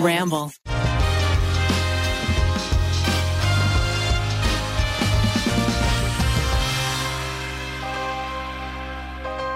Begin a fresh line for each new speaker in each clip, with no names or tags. Ramble.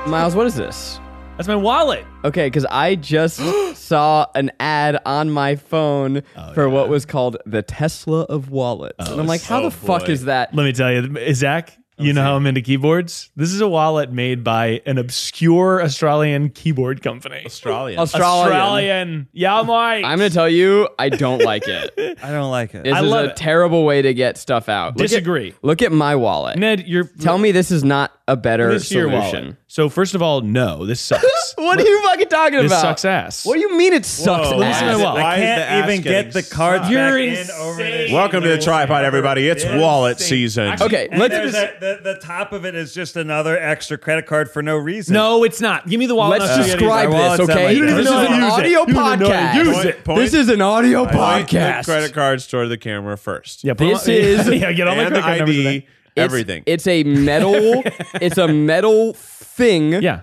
Miles, what is this?
That's my wallet.
Okay, because I just saw an ad on my phone
Oh,
for what was called the Tesla of wallets, and I'm like, how
oh,
the fuck
boy.
is that?
Let me tell you, eh, Zach, you know how I'm into keyboards? This is a wallet made by an obscure Australian keyboard company.
Australia.
Australian.
Australian. Yeah, I'm right.
I'm gonna tell you, I don't like it.
I don't like it.
This
I
is
love
a
it.
terrible way to get stuff out. Look at-
Disagree.
Look at my wallet.
Ned, you're
Tell me this is not a better
this to your wallet.
solution.
So first of all, no, this sucks.
What are you fucking talking
this
about?
sucks ass.
What do you mean it sucks?
Whoa. Listen
ass?
to what-
Why
I
is the ass
can't even
getting
get the cards
sucked?
back
You're
in over this.
insane.
Welcome to the tripod, everybody. It's wallet season.
Actually,
Okay,
And
let's
there's
just
a- the, the top of it is just another extra credit card for no reason.
no, it's not. Give me the wallet.
let's
I'll show you how to use
describe
my
this,
wallet's at my
okay?
You don't
This
even
is
know
an
how to
audio
use it. You don't know how to use
podcast.
it. Point-
This is an audio
Point the
podcast.
credit cards toward the camera first.
Yeah, put
This
my-
is-
yeah, get all my credit
and the
card numbers in there.
ID,
It's-
everything.
It's, a metal. it's a metal thing.
Yeah.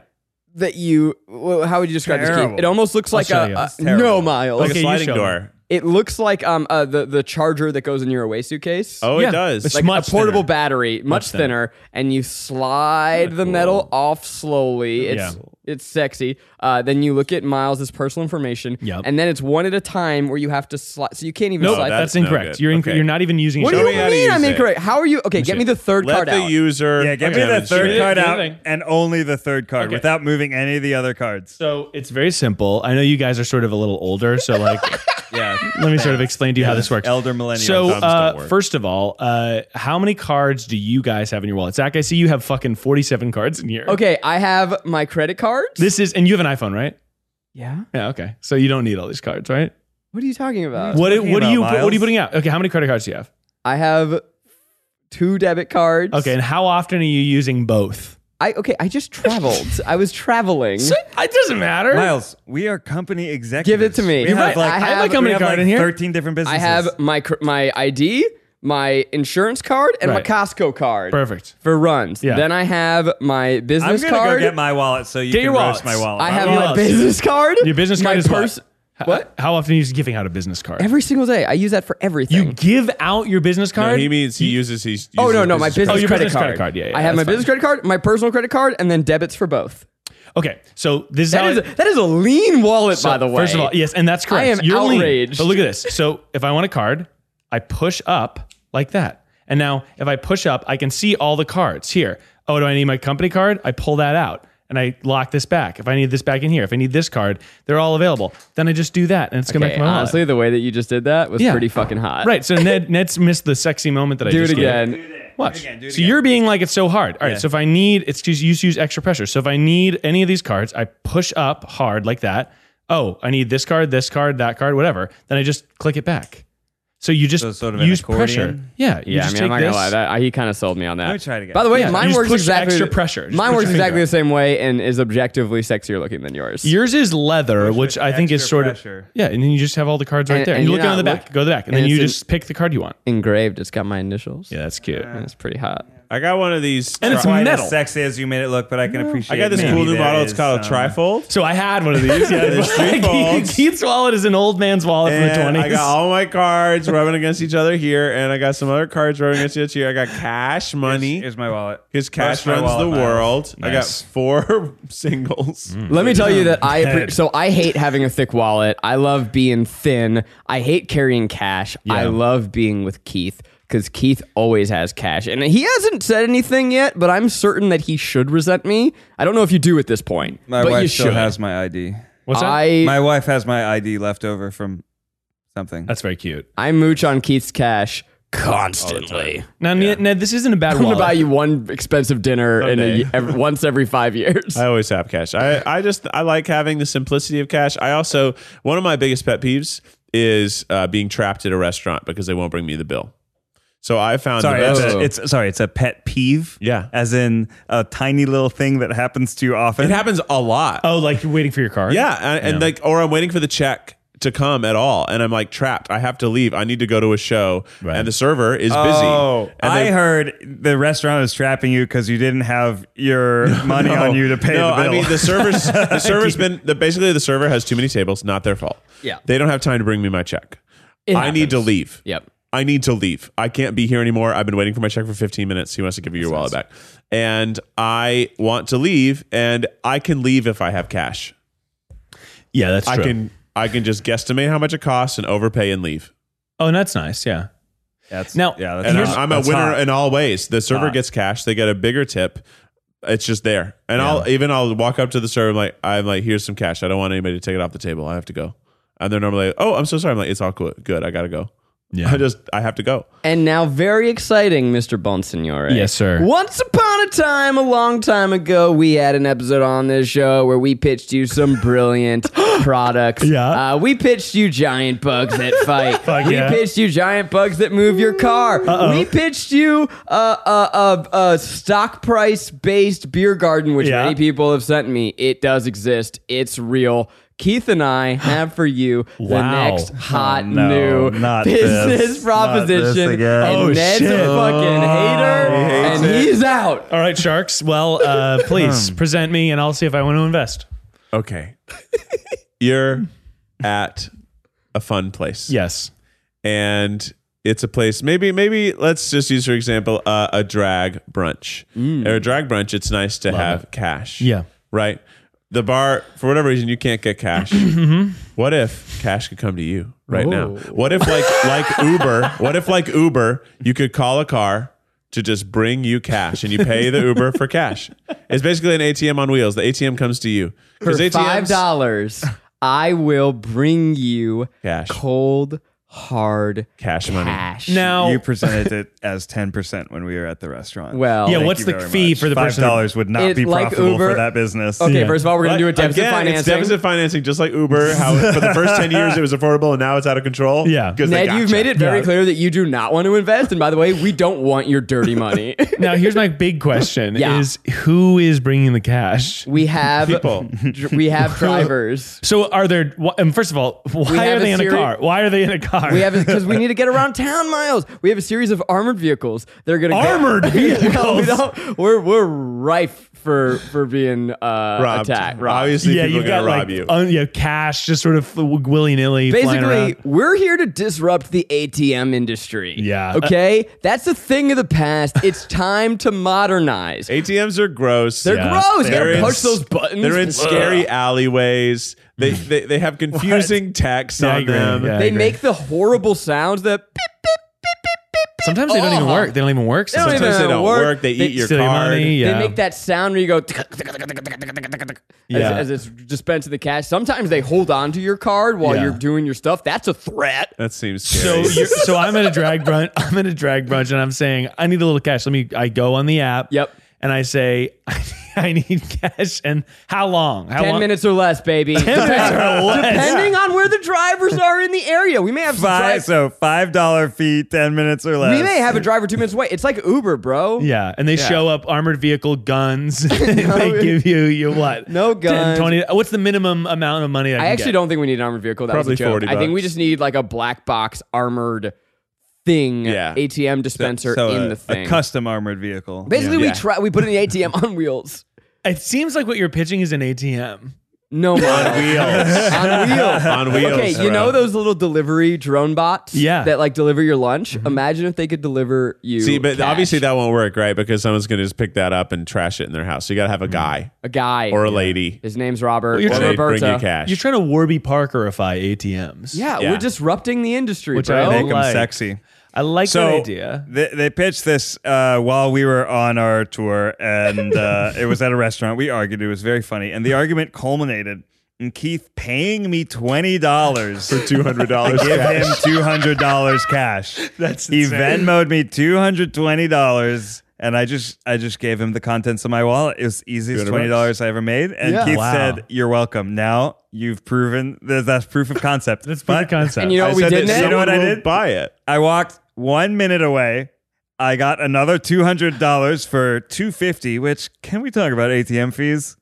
That you. well, How would you describe this? Keith?
Terrible.
It almost looks like
show you.
a,
It's
a no miles.
like
Okay,
a
you
sliding
show me.
door.
It looks like um uh, the the charger that goes in your away suitcase.
Oh,
Yeah.
it does.
It's
like
much
a portable
thinner.
battery, much, thinner. and you slide the metal off slowly. It's
Yeah.
it's sexy. Uh, then you look at Miles' personal information,
Yep.
and then it's one at a time where you have to slide. So you can't even
No,
slide.
that's
that's no
incorrect.
good.
you're inc-
Okay.
you're not even using.
what
it.
do
show
you
me how to
mean?
use
I'm
it.
incorrect. How are you? Okay, get me the third
Let
card
the
out.
user.
Yeah, give me the
demonstrate.
third card
Yeah,
out
anything.
and only the third card
Okay.
without moving any of the other cards.
So it's very simple. I know you guys are sort of a little older, so like,
Yeah.
let me sort of explain to you how this works.
Elder millennial.
So
thumbs don't
uh,
work.
first of all, uh, how many cards do you guys have in your wallet? Zach, I see you have fucking forty-seven cards in here.
Okay, I have my credit cards.
This is, and you have an iPhone, right?
yeah.
Yeah. Okay. So you don't need all these cards, right?
What are you talking about?
What
talking
What are
about,
you What are you
Miles?
putting out? Okay. How many credit cards do you have?
I have two debit cards.
Okay. And how often are you using both?
I okay. I just traveled. I was traveling.
It doesn't matter.
Miles, we are company executives.
Give it to me.
We
You're
have
right.
like,
I have
we
my
company
have
card
like
in here.
13 different
I
businesses.
have my cr- my ID, my insurance card, and
Right.
my Costco card.
Perfect.
for runs.
Yeah.
Then I have my
I'm
business
going to go
card.
get my wallet so you
Get
can
your wallets.
roast my wallet.
I have
Your
my
wallets.
business card.
Your business
my
card is what?
pers-
H-
What?
How often are you giving out a business card?
Every single day. I use that for everything.
you give out your business
No,
card.
he means he uses his.
oh
uses
no
his
no my business,
Oh, your
credit,
business
card.
credit card. Yeah, yeah,
I have my
that's fine.
business credit card, my personal credit card, and then debits for both.
okay. So this is how
That
it-
is a, that is a lean wallet, by the way.
First of all, yes, and that's correct.
I am
lean.
outraged.
But look at this. So if I want a card, I push up like that. And now if I push up, I can see all the cards here. Oh, do I need my company card? I pull that out and I lock this back. If I need this back in here, if I need this card, they're all available. Then I just do that and it's going
Okay, uh,
back to my wallet.
honestly, the way that you just did that was
Yeah.
pretty fucking hot.
Right. So Ned Ned's missed the sexy moment that I
Do it
just gave.
again.
Watch.
again, do it
so
again.
you're being like it's so hard. All right. So if I need, it's because you just use extra pressure. So if I need any of these cards, I push up hard like that. Oh, I need this card, this card, that card, whatever. Then I just click it back. So you just
So it's sort of an
use
accordion?
pressure. Yeah. You
Yeah, I
just
mean, I'm
take
not gonna
this.
lie. That, I, he kind of sold me on that.
Let me try it again.
By the way,
Yeah, you
mine
just
works
push
exactly.
extra pressure. Just
mine
put
works
your finger
exactly
up.
the same way and is objectively sexier looking than yours.
Yours is leather, which I think is
extra
sort
pressure.
of yeah, and then you just have all the cards right
And-
there.
and
And you
you're
look on the
not
back,
look-
go to the back, and,
and
then you
it's in-
just pick the card you want.
Engraved. It's got my initials.
Yeah, that's cute.
It's pretty hot.
I got one of these.
And it's
tri-
Quite
metal.
as sexy as you made it look, but I can appreciate
I got this
maybe
cool new
there
model. It's
is um, uh,
called a
some-
trifold.
So I had one of these. Yeah,
There's three folds.
Keith's wallet is an old man's wallet from the
And
twenties.
I got all my cards rubbing against each other here, and I got some other cards rubbing against each other. here. I got cash money.
Here's my wallet.
His cash
Where's my
runs
wallet,
the
Miles?
world. I got
Nice.
four singles.
Let me tell you that I appre-
Head.
so I hate having a thick wallet. I love being thin. I hate carrying cash. I love being with Keith because Keith always has cash, and he hasn't said anything yet. But I'm certain that he should resent me. I don't know if you do at this point,
My
but you
wife
should.
still has my ID.
What's that?
I
My wife has my ID left over from something.
That's very cute.
I mooch on Keith's cash constantly.
Now, Ned, Ned, this isn't a bad
I'm gonna
wallet.
buy you one expensive dinner in a,
Someday.
y- ev- once every five years.
I always have cash. I, I just I like having the simplicity of cash. I also one of my biggest pet peeves is uh, being trapped at a restaurant because they won't bring me the bill. So I found
sorry,
the
it's,
best.
a, it's sorry, it's a pet peeve.
Yeah.
as in a tiny little thing that happens to you often.
It happens a lot.
oh, like you're Oh, waiting for your card?
Yeah, and, and like or I'm waiting for the check to come at all, and I'm like trapped. I have to leave. I need to go to a show, and the server is busy.
Oh,
and
I
they-
heard the restaurant was trapping you because you didn't have your money on you to pay
no,
the bill.
I mean the server's the server's been the, basically the server has too many tables. Not their fault.
Yeah.
they don't have time to bring me my check. I need to leave.
Yep.
I need to leave. I can't be here anymore. I've been waiting for my check for 15 minutes. He wants to give you your wallet back, and I want to leave. And I can leave if I have cash.
Yeah, that's
I can I can just guesstimate how much it costs and overpay and leave.
Oh, and that's nice. Yeah.
that's,
Now-
yeah, that's
And
Here's-
hot.
I'm, I'm a
That's
winner
hot.
in all ways. The server
Hot.
gets cash. They get a bigger tip. It's just there. And I'll even I'll walk up to the server. I'm like I'm like here's some cash. I don't want anybody to take it off the table. I have to go. And they're normally like, oh I'm so sorry. I'm like it's all cool. Good. I gotta go.
Yeah.
I just I have to go.
And now, very exciting, Mr. Bonsignore.
Yes, sir.
Once upon a time, a long time ago, we had an episode on this show where we pitched you some brilliant products.
Yeah.
Uh, we pitched you giant bugs that fight.
Fuck
we
yeah.
pitched you giant bugs that move your car. We pitched you a, a, a, a stock price based beer garden, which
Yeah.
many people have sent me. It does exist, it's real. Keith and I have for you the
Wow.
next hot
no,
new
not
business
this. Not this
proposition.
again.
And
Oh,
Ned's
shit.
a fucking hater,
Oh, hates
and
it.
he's out.
All right, sharks. Well, uh, please present me, and I'll see if I want to invest.
Okay. You're at a fun place.
Yes.
and it's a place maybe maybe let's just use for example uh, a drag brunch
Mm.
or a drag brunch it's nice to have cash
Yeah.
right the bar for whatever reason you can't get cash
Mm-hmm.
what if cash could come to you right now
Oh.
what if like like uber what if like uber you could call a car to just bring you cash and you pay the uber for cash it's basically an atm on wheels the atm comes to you
For
because
five dollars, I will bring you
Cash.
cold hard
cash money
cash.
Now,
you presented it as ten percent when we were at the restaurant.
well,
Yeah,
Thank
what's
you
the
very
fee
much.
for the
five
person-
dollars would not
It-
be
like
profitable
Uber-
for that business.
okay.
Yeah.
First of all, we're gonna do a deficit
Again,
financing.
It's deficit financing, just like Uber. How for the first ten years it was affordable, and now it's out of control.
Yeah.
because
Ned,
they
you've
gotcha.
made it very
Yeah.
clear that you do not want to invest. And by the way, we don't want your dirty money.
now here's my big question:
Yeah.
Is who is bringing the cash?
we have
People.
dr- We have drivers.
So are there? wh- And first of all, why
have
are
a
they in a
series-
car? Why are they in a car?
We have because we need to get around town, Miles. We have a series of armored vehicles. They're gonna go-
Armored
well, we
vehicles?
don't, we're we're rife for for being uh,
robbed.
attacked.
Obviously,
yeah,
people
you've
are gonna
got
rob
like
you.
un- yeah, cash just sort of willy nilly.
Basically, we're here to disrupt the ATM industry.
Yeah.
Okay, that's a thing of the past. It's time to modernize.
ATMs are gross.
They're
Yeah.
gross. You
They're
gotta
in
push those buttons.
They're in
Ugh.
scary alleyways. They they, they have confusing text
Yeah, I
on
agree.
them.
Yeah. I
They
agree.
make the horrible sounds that
sometimes they don't even
Oh.
work. They don't even work.
don't
Sometimes
even
Sometimes they don't
work.
work. They,
They
eat your
steal your
card.
money. Yeah.
They make that sound where you go
Yeah.
as, as it's dispensing the cash. Sometimes they hold on to your card while
Yeah.
you're doing your stuff. That's a threat.
That seems
So
scary.
you're, so I'm at a drag brunch. I'm at a drag brunch, and I'm saying I need a little cash. Let me. I go on the app.
Yep.
And I say I need cash. And how long? How
Ten
long?
minutes or less, baby.
minutes or less.
Depending on where the drivers are in the area, we may have
five,
Drive,
so five dollar fee, ten minutes or less.
we may have a driver two minutes away. It's like Uber, bro.
Yeah, and they show up armored vehicle guns. they give you you what?
No
10,
guns.
20. What's the minimum amount of money I,
I
can
actually
get?
don't think we need an armored vehicle. That was
Probably
a joke.
40
I think we
bucks.
just need like a black box armored thing,
Yeah.
ATM dispenser
so
in
a,
the thing.
a custom armored vehicle.
Basically,
Yeah.
we try we put an ATM on wheels.
It seems like what you're pitching is an ATM.
No on
wheels.
on wheels.
On wheels,
Okay, you
bro.
know those little delivery drone bots?
Yeah.
That like deliver your lunch. Imagine if they could deliver you.
See, but
cash.
obviously that won't work, right? Because someone's gonna just pick that up and trash it in their house. So you gotta have a guy
a guy
or a lady.
his name's Robert.
you're
or
trying
They
to
bring you
Roberta.
cash.
You're trying to Warby Parkerify ATMs.
Yeah,
Yeah.
we're disrupting the industry,
Which I
bro.
Make them
Like-
sexy.
I like
So
that idea.
They, they pitched this uh, while we were on our tour, and uh, it was at a restaurant. We argued; it was very funny, and the argument culminated in Keith paying me twenty dollars for
Two hundred dollars.
give him two hundred dollars cash.
That's
he
insane.
Venmoed me two hundred twenty dollars, and I just I just gave him the contents of my wallet. It was the easiest twenty
200 bucks.
dollars I ever made, and
Yeah.
Keith
Wow.
said, "You're welcome." Now you've proven that that's proof of concept.
That's
But
my concept.
And you know what we did
that
next?
You know what I did?
Buy it.
I walked one minute away. I got another two hundred dollars for two fifty. Which can we talk about ATM fees?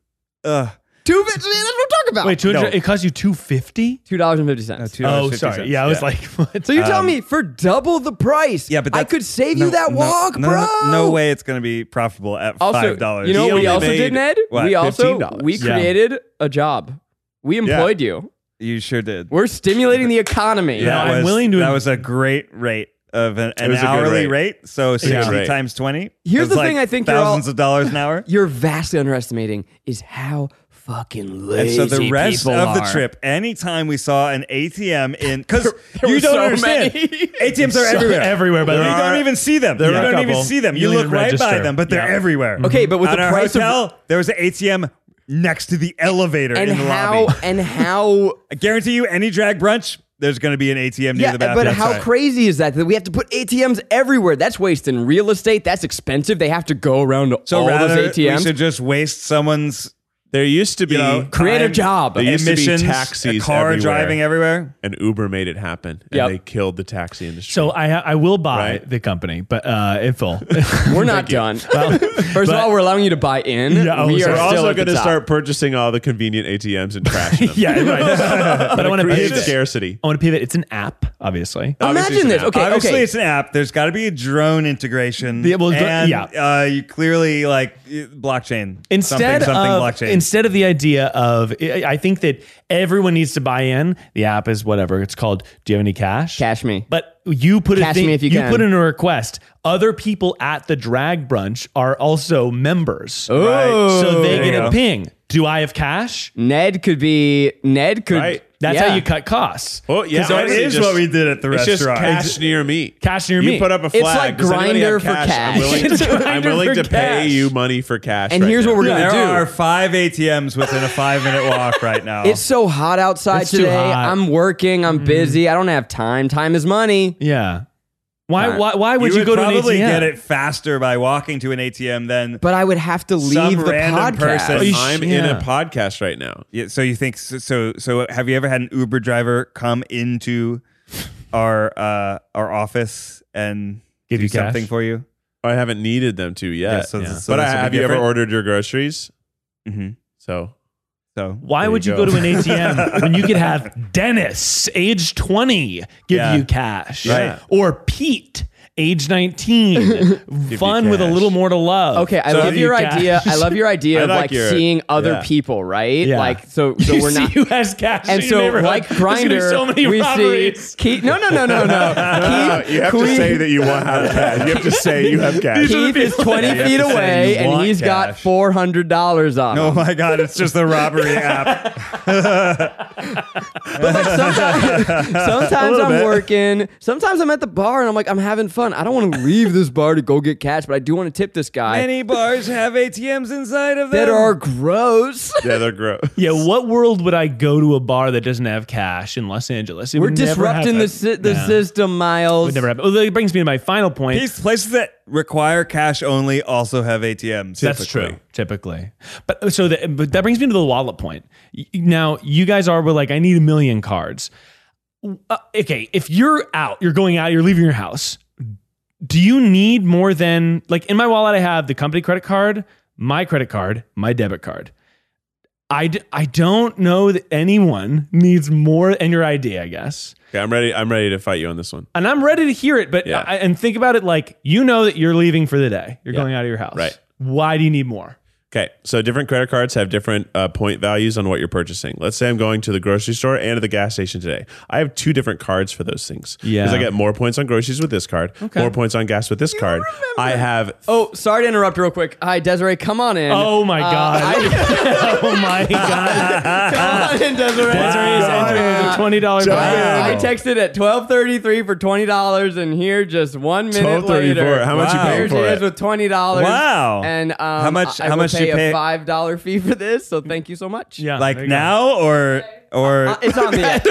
Ugh.
Two, that's what I'm talking about?
Wait, two hundred.
No.
It cost you two fifty.
two dollars and fifty cents.
$2.50.
Oh, sorry. Yeah, I was like, what?
so you're telling me for double the price?
Yeah, but
I
that's-
could save
no,
you that
no,
walk,
no,
bro.
No, no way it's going to be profitable at
Also,
five dollars.
you know
He
what we
only
also did,
made,
Ned?
what,
we also
$15?
we
Yeah.
created a job. We employed you.
you sure did.
We're stimulating the economy.
Yeah. I'm willing to-
That was a great rate of an, an
was a good
hourly
rate.
rate. So sixty
rate.
times twenty.
Here's
is
the
like
thing I think you're all-
1000s of dollars an hour.
You're vastly underestimating is how fucking
And
lazy
so the rest
people
of the
are.
trip, anytime we saw an ATM in, because
were
you don't
so
understand,
many.
ATMs are
So-
everywhere.
everywhere, by the
you
way.
don't even see them.
There
you
are a
don't even
couple.
see them.
You
You
don't
look
even
right by
register.
them, but they're
Yeah.
everywhere.
Okay, but with
At
the
our
price of-
hotel, there was an ATM next to the elevator
and
in the
how
lobby.
and how
I guarantee you, any drag brunch, there's going to be an ATM near
yeah,
the bathroom.
but how crazy is that that we have to put ATMs everywhere? That's wasting real estate. That's expensive. They have to go around to
So
all
rather,
those
we
ATMs.
should just waste someone's
There used to be
You know,
Create a
time-
job.
They used to be
emissions,
taxis
a car
everywhere.
driving everywhere.
and Uber made it happen, and
Yep.
they killed the taxi industry.
So I I will buy
Right.
the company, but uh, in full.
We're not done. First of all, we're allowing you to buy in.
Yeah, oh,
we
so
are
we're also
going
going to start purchasing all the convenient ATMs and trashing them.
yeah, right. but I want to
Create
pivot.
scarcity.
I want to pivot. It's an app, obviously.
Obviously,
Imagine
it's an
this.
app.
Okay,
Obviously,
okay.
it's an app. There's got to be a drone integration.
Yeah, well, dr-
and,
yeah.
Uh, you clearly like y- blockchain.
Instead
something, something
of
blockchain.
instead of the idea of, I I think that everyone needs to buy in. The app is whatever it's called. Do you have any cash?
Cash me.
But you put a
Cash
thing,
me if you can.
put in a request. Other people at the drag brunch are also members,
Oh.
so they
There
get
you
a
go.
ping. Do I have cash?
Ned could be Ned could.
Right.
That's
yeah.
how you cut costs.
Well, yeah,
'Cause they're-
that
honestly,
is what we did at the
it's
restaurant.
just cash near me.
Cash near
you
me.
put up a
It's
flag.
like
Does anybody
Grindr
have
for
cash?
cash.
I'm willing,
It's
I'm
Grindr
willing
for
to pay
cash.
you money for cash.
And
right
here's
now.
what we're gonna
there
do.
are five ATMs within a five minute walk right now.
It's so hot outside
It's too
today.
hot.
I'm working.
Mm-hmm.
I'm busy. I don't have time. Time is money.
yeah. Why,
Right.
why? Why
you
would
would
you, go to an
probably
ATM?
get it faster by walking to an ATM than.
But I would have to leave
Some
the
random
podcast.
person.
Oh, you
I'm
Yeah.
in a podcast right now.
Yeah, so you think so, so? So have you ever had an Uber driver come into our uh, our office and
Give
do
you cash?
something for you?
Oh, I haven't needed them to yet.
Yeah, so- Yeah. so
but I,
this will be
have you ever
different.
ordered your groceries?
Mhm.
So
So
Why
There
would
you
you go.
go.
to an ATM when you could have Dennis, age 20, give
Yeah.
you cash?
Right.
Or Pete, age 19, fun with a
cash.
little more to love.
Okay, I
So
love
you
your
cash.
idea. I love your idea
I
of
like
like
your-
seeing other
yeah.
people, right?
Yeah.
Like so, so
You
we're
see
not.
who has cash.
and
in
so,
your neighborhood.
like
There's gonna be
Grinder,
so many
we
robberies.
see Keith. No, no, no, no, no. Keith,
Uh, you have to
Queen-
say that you want have cash. You have to say you have cash.
Keith is
You
twenty
have
feet
to say
away,
you
and
want
he's got
cash.
four hundred dollars on.
Oh
him.
my God! It's just the robbery app.
But like sometimes, sometimes I'm working. Sometimes I'm at the bar and I'm like, I'm having fun. I don't want to leave this bar to go get cash, but I do want to tip this guy.
Many bars have ATMs inside of them
that are gross.
yeah, they're gross.
Yeah, what world would I go to a bar that doesn't have cash in Los Angeles? It
We're
would never
disrupting
happen.
the si- the
Yeah.
system,
It
Miles.
would never happen. Well, that brings me to my final point.
These places that require cash only also have ATMs.
That's true. Typically, but so that but that brings me to the wallet point. Y- Now you guys are were like, I need a million cards. Uh, okay, if you're out, you're going out, you're leaving your house. Do you need more than like in my wallet? I have the company credit card, my credit card, my debit card. I, d- I don't know that anyone needs more than your ID, I guess.
Okay, I'm ready. I'm ready to fight you on this one.
And I'm ready to hear it, but
Yeah.
I, and think about it like you know that you're leaving for the day. You're going out of your house.
Right.
Why do you need more?
Okay, so different credit cards have different uh, point values on what you're purchasing. Let's say I'm going to the grocery store and to the gas station today. I have two different cards for those things.
Yeah.
because I get more points on groceries with this card, more points on gas with this card. I have
Oh, sorry to interrupt real quick. Hi, Desiree, come on in. Uh,
Oh my god! oh my god!
come on in, Desiree.
Desiree is entering with a twenty dollars
I, I
wow.
texted at twelve thirty three for twenty dollars, and here just one minute
1234.
later,
How much you
Wow.
paying
here she
for
is
it?
with twenty dollars.
Wow.
And um,
How much-
I, I
how
will
much
pay
you
a
pay-
Five dollar fee for this. So thank Ah, you so much.
Yeah,
Like
there you go.
now or or
Uh, it's on me.
Thank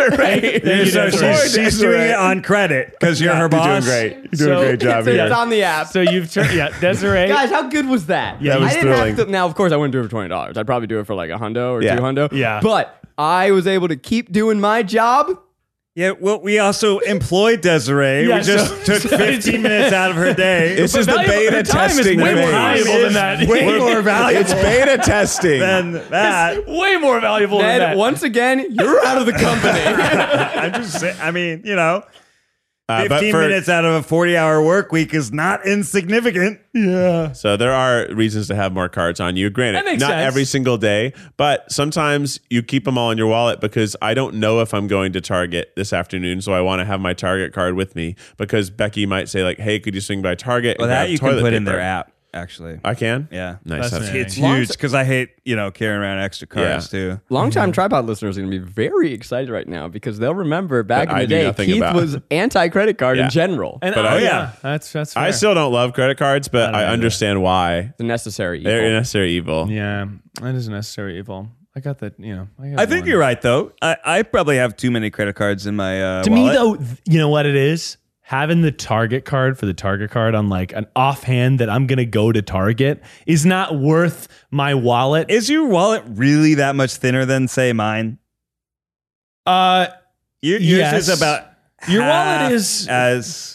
you,
Yeah, so
Desiree.
she's, she's doing it on credit because you're her
You're doing
boss.
great. You're doing
So-
a great
It's
job here.
on the app.
So you've turned yeah, Desiree.
Guys, how good was that?
Yeah, it was
I didn't have
thrilling.
to. Now, of course, I wouldn't do it for twenty dollars. I'd probably do it for like a hundo or
Yeah.
two hundo.
Yeah.
but I was able to keep doing my job.
Yeah, well, we also employed Desiree.
Yeah,
we just
so-
took 15 minutes out of her day.
This is the
valuable-
beta
her time is
testing
way more
phase.
valuable than that.
Way more valuable
It's beta testing.
than that.
Way more valuable than
Ned,
that.
once again, you're out of the company.
I'm just saying, I mean, you know,
Uh,
15
but for-
minutes out of a 40 hour work week is not insignificant.
yeah.
So there are reasons to have more cards on you. Granted,
That makes
not
sense.
every single day, but sometimes you keep them all in your wallet because I don't know if I'm going to Target this afternoon, so I want to have my Target card with me because Becky might say like, "Hey, could you swing by Target?" and grab toilet paper?"
app, actually.
I can.
Yeah.
nice.
That's
That's
neat.
It's
Long-
huge because I hate, you know, carrying around extra cards
Yeah.
too.
Longtime tripod listeners are going to be very excited right now because they'll remember back
That
in the
I knew
day,
nothing
Keith
about.
was anti credit card
Yeah.
in general.
And
But
I-
oh,
I-
yeah, that's that's. Fair.
I still don't love credit cards, but I, understand why
the necessary evil.
they're a necessary evil.
Yeah, that is a necessary evil. I got that. You know, got
I think
one.
you're right, though. I, I probably have too many credit cards in my uh,
To me,
wallet.
though, th- you know what it is? Having the Target card for the Target card on like an offhand that I'm going to go to Target is not worth my wallet.
Is your wallet really that much thinner than, say, mine?
uh,
Your, yours
Yes.
is about
Your wallet
half
is-
as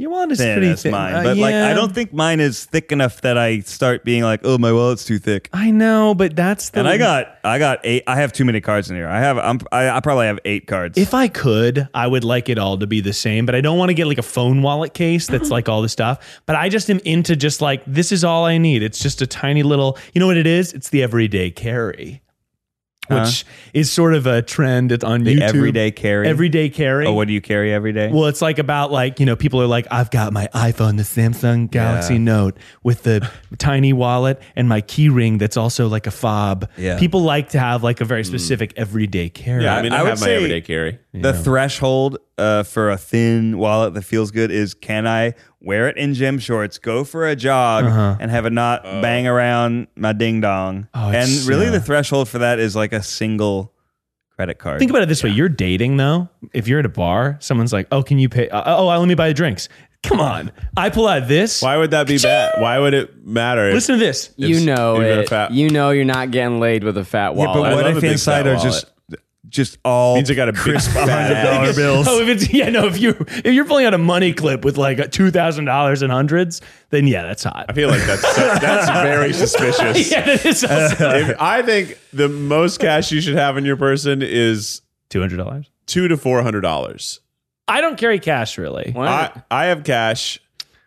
your wallet is
thin
pretty
as
thin.
mine,
Uh,
but like I
yeah.
don't think mine is thick enough that I start being like, oh, my wallet's too thick.
I know, but that's the.
And I got, I got eight. I have too many cards in here. I have, I'm, I, I probably have eight cards.
If I could, I would like it all to be the same, but I don't want to get like a phone wallet case that's like all this stuff. But I just am into just like this is all I need. It's just a tiny little. You know what it is? It's the everyday carry, which is sort of a trend that's on
the
YouTube.
everyday carry,
everyday carry.
Oh, what do you carry every day?
Well, it's like about like, you know, people are like, I've got my iPhone, the Samsung Galaxy Note with the tiny wallet and my key ring that's also like a fob.
Yeah. Mm.
People like to have like a very specific everyday carry.
Yeah, I mean,
I
I,
would
have my
say-
everyday carry.
The threshold uh, for a thin wallet that feels good is can I wear it in gym shorts, go for a jog,
Uh-huh.
and have it not bang around my ding dong?
Oh,
and
it's,
really,
uh,
the threshold for that is like a single credit card.
Think about it this way: you're dating though. If you're at a bar, someone's like, "Oh, can you pay? Uh, oh, let me buy the drinks." Come on, I pull out this.
Why would that be bad? Why would it matter? if-
Listen to this.
you know
Even a
it.
fat-
You know you're not getting laid with a fat
yeah,
wallet.
but
I
what
love a
if
big
inside
fat
are just just all
means I got a big
crisp
fat
hundred dollar
ass.
bills?
Oh, if it's yeah, no. If you if you're pulling out a money clip with like two thousand dollars and hundreds, then yeah, that's hot.
I feel like that's that's very suspicious.
Yeah, that is also
If- I think the most cash you should have on your person is
two hundred dollars.
two to four hundred dollars.
I don't carry cash really.
What?
I, I have cash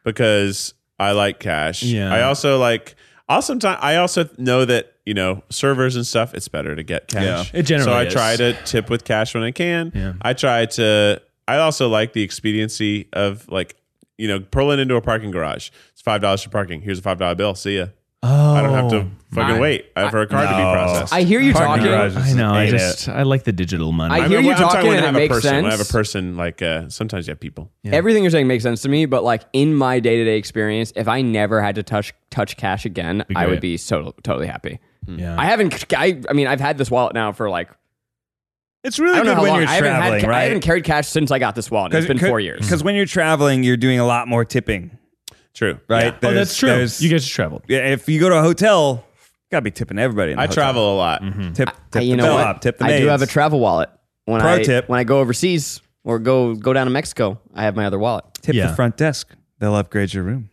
because I like cash.
Yeah.
I also like I'll sometimes I also know that, you know, servers and stuff, it's better to get cash.
Yeah.
It generally
So I
is.
try to tip with cash when I can.
Yeah.
I try to I also like the expediency of like, you know, pulling into a parking garage. It's five dollars for parking. Here's a five dollar bill. See ya.
Oh,
I don't have to fucking
I-
wait uh, for a card to be
No.
processed.
I hear you
Parking
talking.
garages
I know. I
hate
just I like the digital money.
I- hear you
when- talking
talking
when
and
I have
it
a
makes
person. When I have
sense.
a person, like uh, sometimes you have people.
Everything you're saying makes sense to me, but like in my day to day experience, if I never had to touch touch cash again, I
great.
would be so totally happy.
yeah.
I haven't. I, I mean, I've had this wallet now for like
It's
I
really
don't
good
know how
when
long.
you're
I haven't had.
traveling,
ca-
right?
I haven't carried cash since I got this wallet. It's been four years.
Because when you're traveling, you're doing a lot more tipping,
True.
right?
oh,
There's-
that's true.
there's-
You guys traveled.
Yeah, if you go to a hotel, you gotta be tipping everybody. In the
I
hotel.
travel a lot.
Tip,
I-
tip
you
the
know
bellhop,
what?
Tip the
I do
maids.
have a travel wallet. When
Pro
I
tip.
when I go overseas or go go down to Mexico, I have my other wallet.
tip
Yeah.
the front desk. They'll upgrade your room.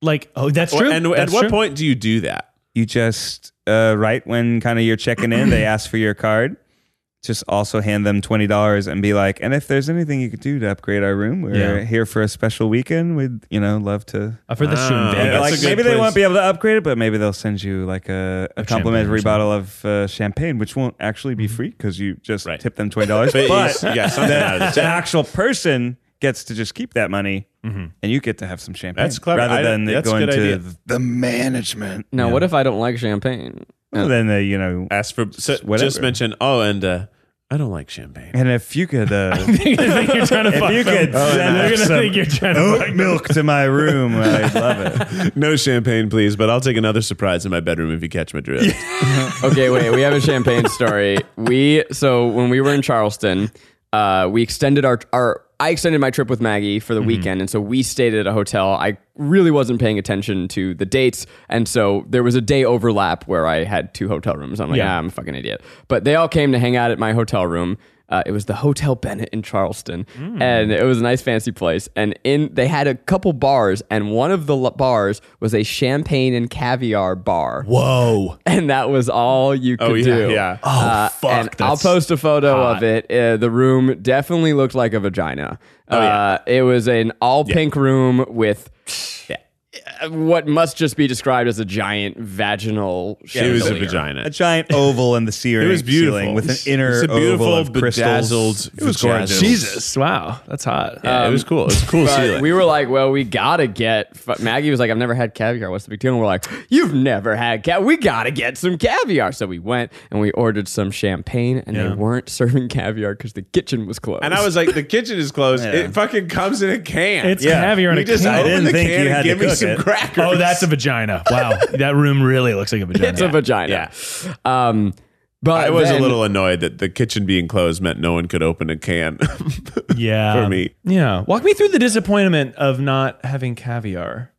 Like, oh, that's true.
And
That's
at what
true.
point do you do that?
You just uh, right when kind of you're checking in, they ask for your card. Just also hand them twenty dollars and be like, and if there's anything you could do to upgrade our room, we're
Yeah.
here for a special weekend. We'd you know love to.
I've heard this
Ah,
in Vegas.
that's a
like
good
maybe they
place.
won't be able to upgrade it, but maybe they'll send you like a, a,
champagne or
complimentary
something.
bottle of uh, champagne, which won't actually be free because you just
Right.
tip them twenty dollars.
But,
but
you, you got something out of this.
the actual person gets to just keep that money and you get to have some champagne.
Mm-hmm. That's clever.
Rather
I-
than it
that's a
going
good
to
idea.
th- the management.
Now, what if I don't like champagne?
Well, then, uh, you know,
Ask for so
whatever.
just mention. Oh, and uh, I don't like champagne.
and if you could, uh,
They're gonna think you're trying to
if
fuck
you
Oh,
them.
oh, could send
They're gonna
some
think you're trying to fuck
oat milk to my room, I'd love it.
no champagne, please. But I'll take another surprise in my bedroom if you catch my drift.
okay, wait. We have a champagne story. We so when we were in Charleston, uh, we extended our our. I extended my trip with Maggie for the weekend, and so we stayed at a hotel. I really wasn't paying attention to the dates, and so there was a day overlap where I had two hotel rooms. I'm like,
Yeah.
ah, I'm a fucking idiot. But they all came to hang out at my hotel room. Uh, it was the Hotel Bennett in Charleston, and it was a nice fancy place. And in they had a couple bars, and one of the l- bars was a champagne and caviar bar,
Whoa.
and that was all you could
Oh, yeah,
do.
yeah.
Oh,
Uh,
fuck.
and I'll
that's-
post a photo of it. Uh, the room definitely looked like a vagina.
Oh,
uh, it was an all pink room with uh, what must just be described as a giant vaginal.
it was a
chandelier.
A
vagina.
giant oval in the ceiling.
It was beautiful
ceiling with
It's
an inner
a beautiful
oval of crystals.
bedazzled.
It was
vagina.
gorgeous.
Jesus, wow, that's hot.
Yeah, it was cool. It was a cool
But
ceiling.
we were like, well, we gotta get. fu- Maggie was like, I've never had caviar. What's the big deal? And we're like, you've never had cat. We gotta get some caviar. So we went and we ordered some champagne, and they weren't serving caviar because the kitchen was closed.
and I was like, the kitchen is closed. It fucking comes in a can.
It's
Yeah.
caviar in
you
a
just
can.
I
open
didn't
the
think
can
you
and
had to
give me
cook
some
it.
crackers.
Oh, that's a vagina. Wow, that room really looks like a vagina.
it's a vagina. Um, but
I was
then-
a little annoyed that the kitchen being closed meant no one could open a can.
yeah,
For me.
Yeah, walk me through the disappointment of not having caviar.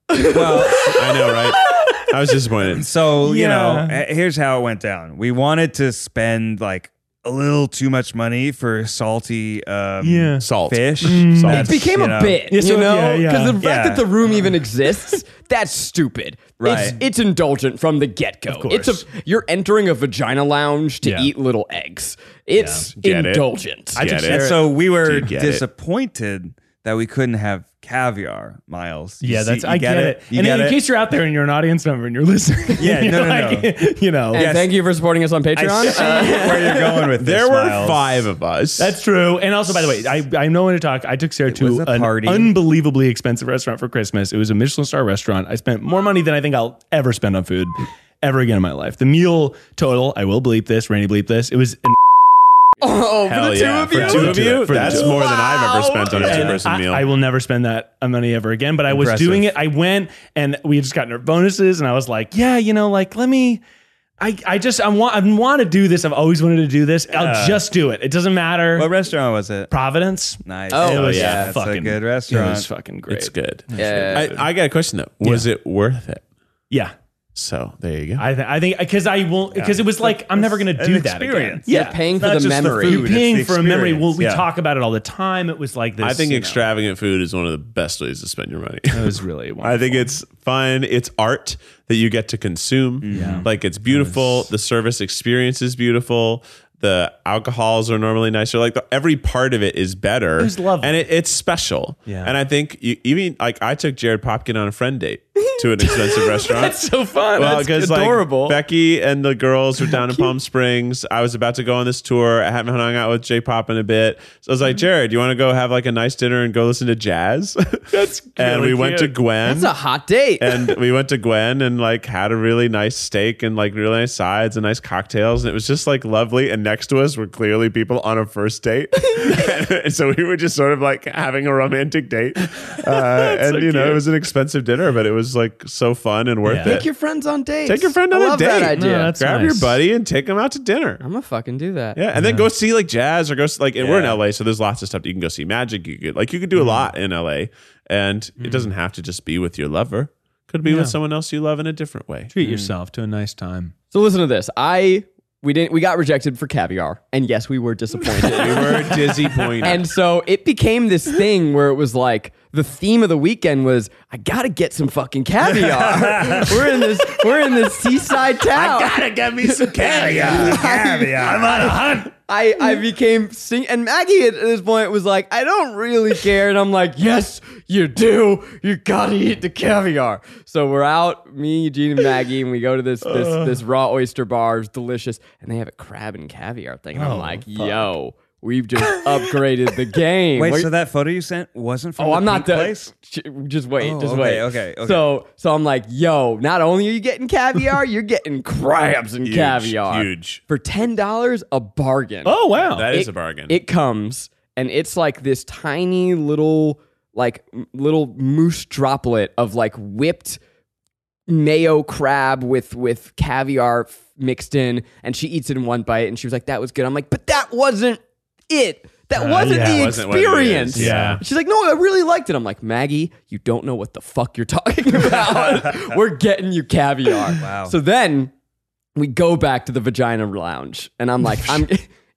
I know, right? I was disappointed.
So, you
Yeah.
know, h- here's how it went down. We wanted to spend like a little too much money for salty um,
Yeah. Mm.
Salt.
fish.
It became a bit,
Yeah, so-
you know,
yeah,
because
yeah.
the fact
Yeah.
that the room even exists, that's stupid. It's,
Right.
it's indulgent from the get go. It's a you're entering a vagina lounge to
Yeah.
eat little eggs. It's
Get it.
indulgent.
I Get
And
it.
so we were
you get it?
disappointed that we couldn't have caviar, Miles. You
Yeah,
see-
that's
you
I get, it.
You
and
get
in
it?
case you're out there and you're an audience member and you're listening,
Yeah,
you're
no, no,
like, you know,
and thank you for supporting us on
I
Patreon.
see where you're going with this.
There were
Miles.
five of us.
That's true. And also, by the way, I, I know when to talk. I took Sarah
was
to
a
an
party.
unbelievably expensive restaurant for Christmas. It was a Michelin star restaurant. I spent more money than I think I'll ever spend on food ever again in my life. The meal total, I will bleep this, Randy bleep this. It was an
oh, for
Hell
the
yeah.
two of
For
you.
two of you?
For the
that's
two.
more than I've ever spent on a two person
I,
meal.
I will never spend that money ever again. But I was
Impressive.
doing it. I went and we had just gotten our bonuses, and I was like, yeah, you know, like let me. I, I just I want I want to do this. I've always wanted to do this. I'll just do it. It doesn't matter.
What restaurant was it?
Providence.
Nice.
Oh,
it was
yeah.
That's
fucking
a good
It
restaurant.
was fucking great.
it's good.
Yeah.
I, I got a question though. Was it worth it?
Yeah.
So there you go.
I, th- I think because I won't because it was like I'm never gonna do
an
that
experience.
again.
You're paying for
not
the
just the
memory.
food.
You're paying
It's the
for a memory. Well, we
experience. Yeah.
talk about it all the time. It was like this.
I think
you know,
extravagant food is one of the best ways to spend your money.
it was really.
I
Wonderful.
think it's fun. It's art that you get to consume.
Mm.
Like it's beautiful. The service experience is beautiful. The alcohols are normally nicer. Like the, every part of it is better. It
was lovely.
And it, it's special.
Yeah.
And I think you, even like I took Jared Popkin on a friend date to an expensive restaurant.
that's so fun.
Well,
That's
because
adorable.
like Becky and the girls were down in Palm Springs. I was about to go on this tour. I hadn't hung out with J Pop in a bit. So I was
Mm.
like, Jared, you want to go have like a nice dinner and go listen to jazz? That's And we
really
went to
cute.
Gwen.
That's a hot date.
and we went to Gwen and like had a really nice steak and like really nice sides and nice cocktails and it was just like lovely and next to us were clearly people on a first date and so we were just sort of like having a romantic date uh, and you know it was an expensive dinner but it was like so fun and worth
Yeah.
it
Take your friends on dates.
Take your friend on
I
a
love
date.
That
No,
idea.
that's-
grab
nice.
your buddy and take him out to dinner
I'm gonna fucking do that.
yeah, and then go see like jazz or go s- like and we're in LA, so there's lots of stuff you can go see. Magic, you could like you could do a lot in LA, and it doesn't have to just be with your lover. Could be with someone else you love in a different way.
treat yourself to a nice time.
So listen to this. I we didn't we got rejected for caviar, and yes, we were disappointed.
We were disappointed.
And so it became this thing where it was like the theme of the weekend was I gotta get some fucking caviar. we're in this we're in this seaside town. I,
gotta get me some caviar.
Caviar.
I'm on a hunt.
I, became sing and Maggie at this point was like, I don't really care. And I'm like, Yes, you do. You gotta eat the caviar. So we're out, me, Eugene, and Maggie, and we go to this this
Uh.
this raw oyster bar, it's delicious, and they have a crab and caviar thing.
Oh,
And I'm like, yo, we've just upgraded the game.
Wait,
We're-
so that photo you sent wasn't from
Oh,
the
I'm not
pink
the
place?
Sh- Just wait,
Oh,
just
okay,
wait.
okay, okay.
So, so I'm like, yo, not only are you getting caviar, you're getting crabs and
Huge,
caviar.
huge.
For ten dollars, a bargain.
Oh wow.
That is
It-
a bargain.
It comes and it's like this tiny little, like m- little moose droplet of like whipped mayo crab with with caviar f- mixed in, and she eats it in one bite, and she was like, "That was good." I'm like, "But that wasn't it." That wasn't
yeah,
the
it
wasn't what Uh, it is.
experience.
Yeah.
She's like, no, I really liked it. I'm like, Maggie, you don't know what the fuck you're talking about. We're getting you caviar.
Wow.
So then we go back to the vagina lounge, and I'm like, I'm.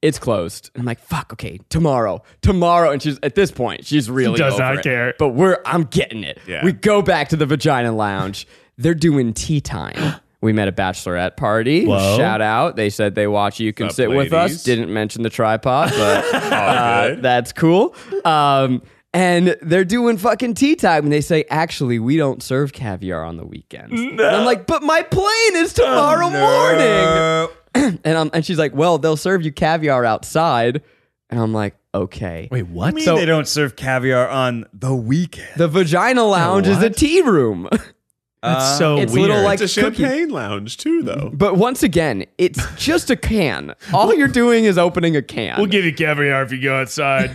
It's closed. And I'm like, fuck, okay, tomorrow, tomorrow. And she's at this point, she's really
does
over
not
it.
care.
But we're I'm getting it.
Yeah.
We go back to the vagina lounge. They're doing tea time. We met a bachelorette party.
Whoa.
Shout out. They said they watch You Can
Sup,
Sit With
ladies?
Us. Didn't mention the tripod, but
All Oh, good.
Uh, that's cool. Um, and they're doing fucking tea time, and they say, "Actually, we don't serve caviar on the weekends." And I'm like, "But my plane is
Oh,
tomorrow morning." and I'm, and she's like, "Well, they'll serve you caviar outside," and I'm like, "Okay."
Wait, what?
mean they don't serve caviar on the weekend.
The vagina lounge is a tea room,
Uh,
That's so
it's a
weird.
little like
it's a
cookie.
champagne lounge too, though.
But once again, it's just a can. All you're doing is opening a can.
we'll give you caviar if you go outside.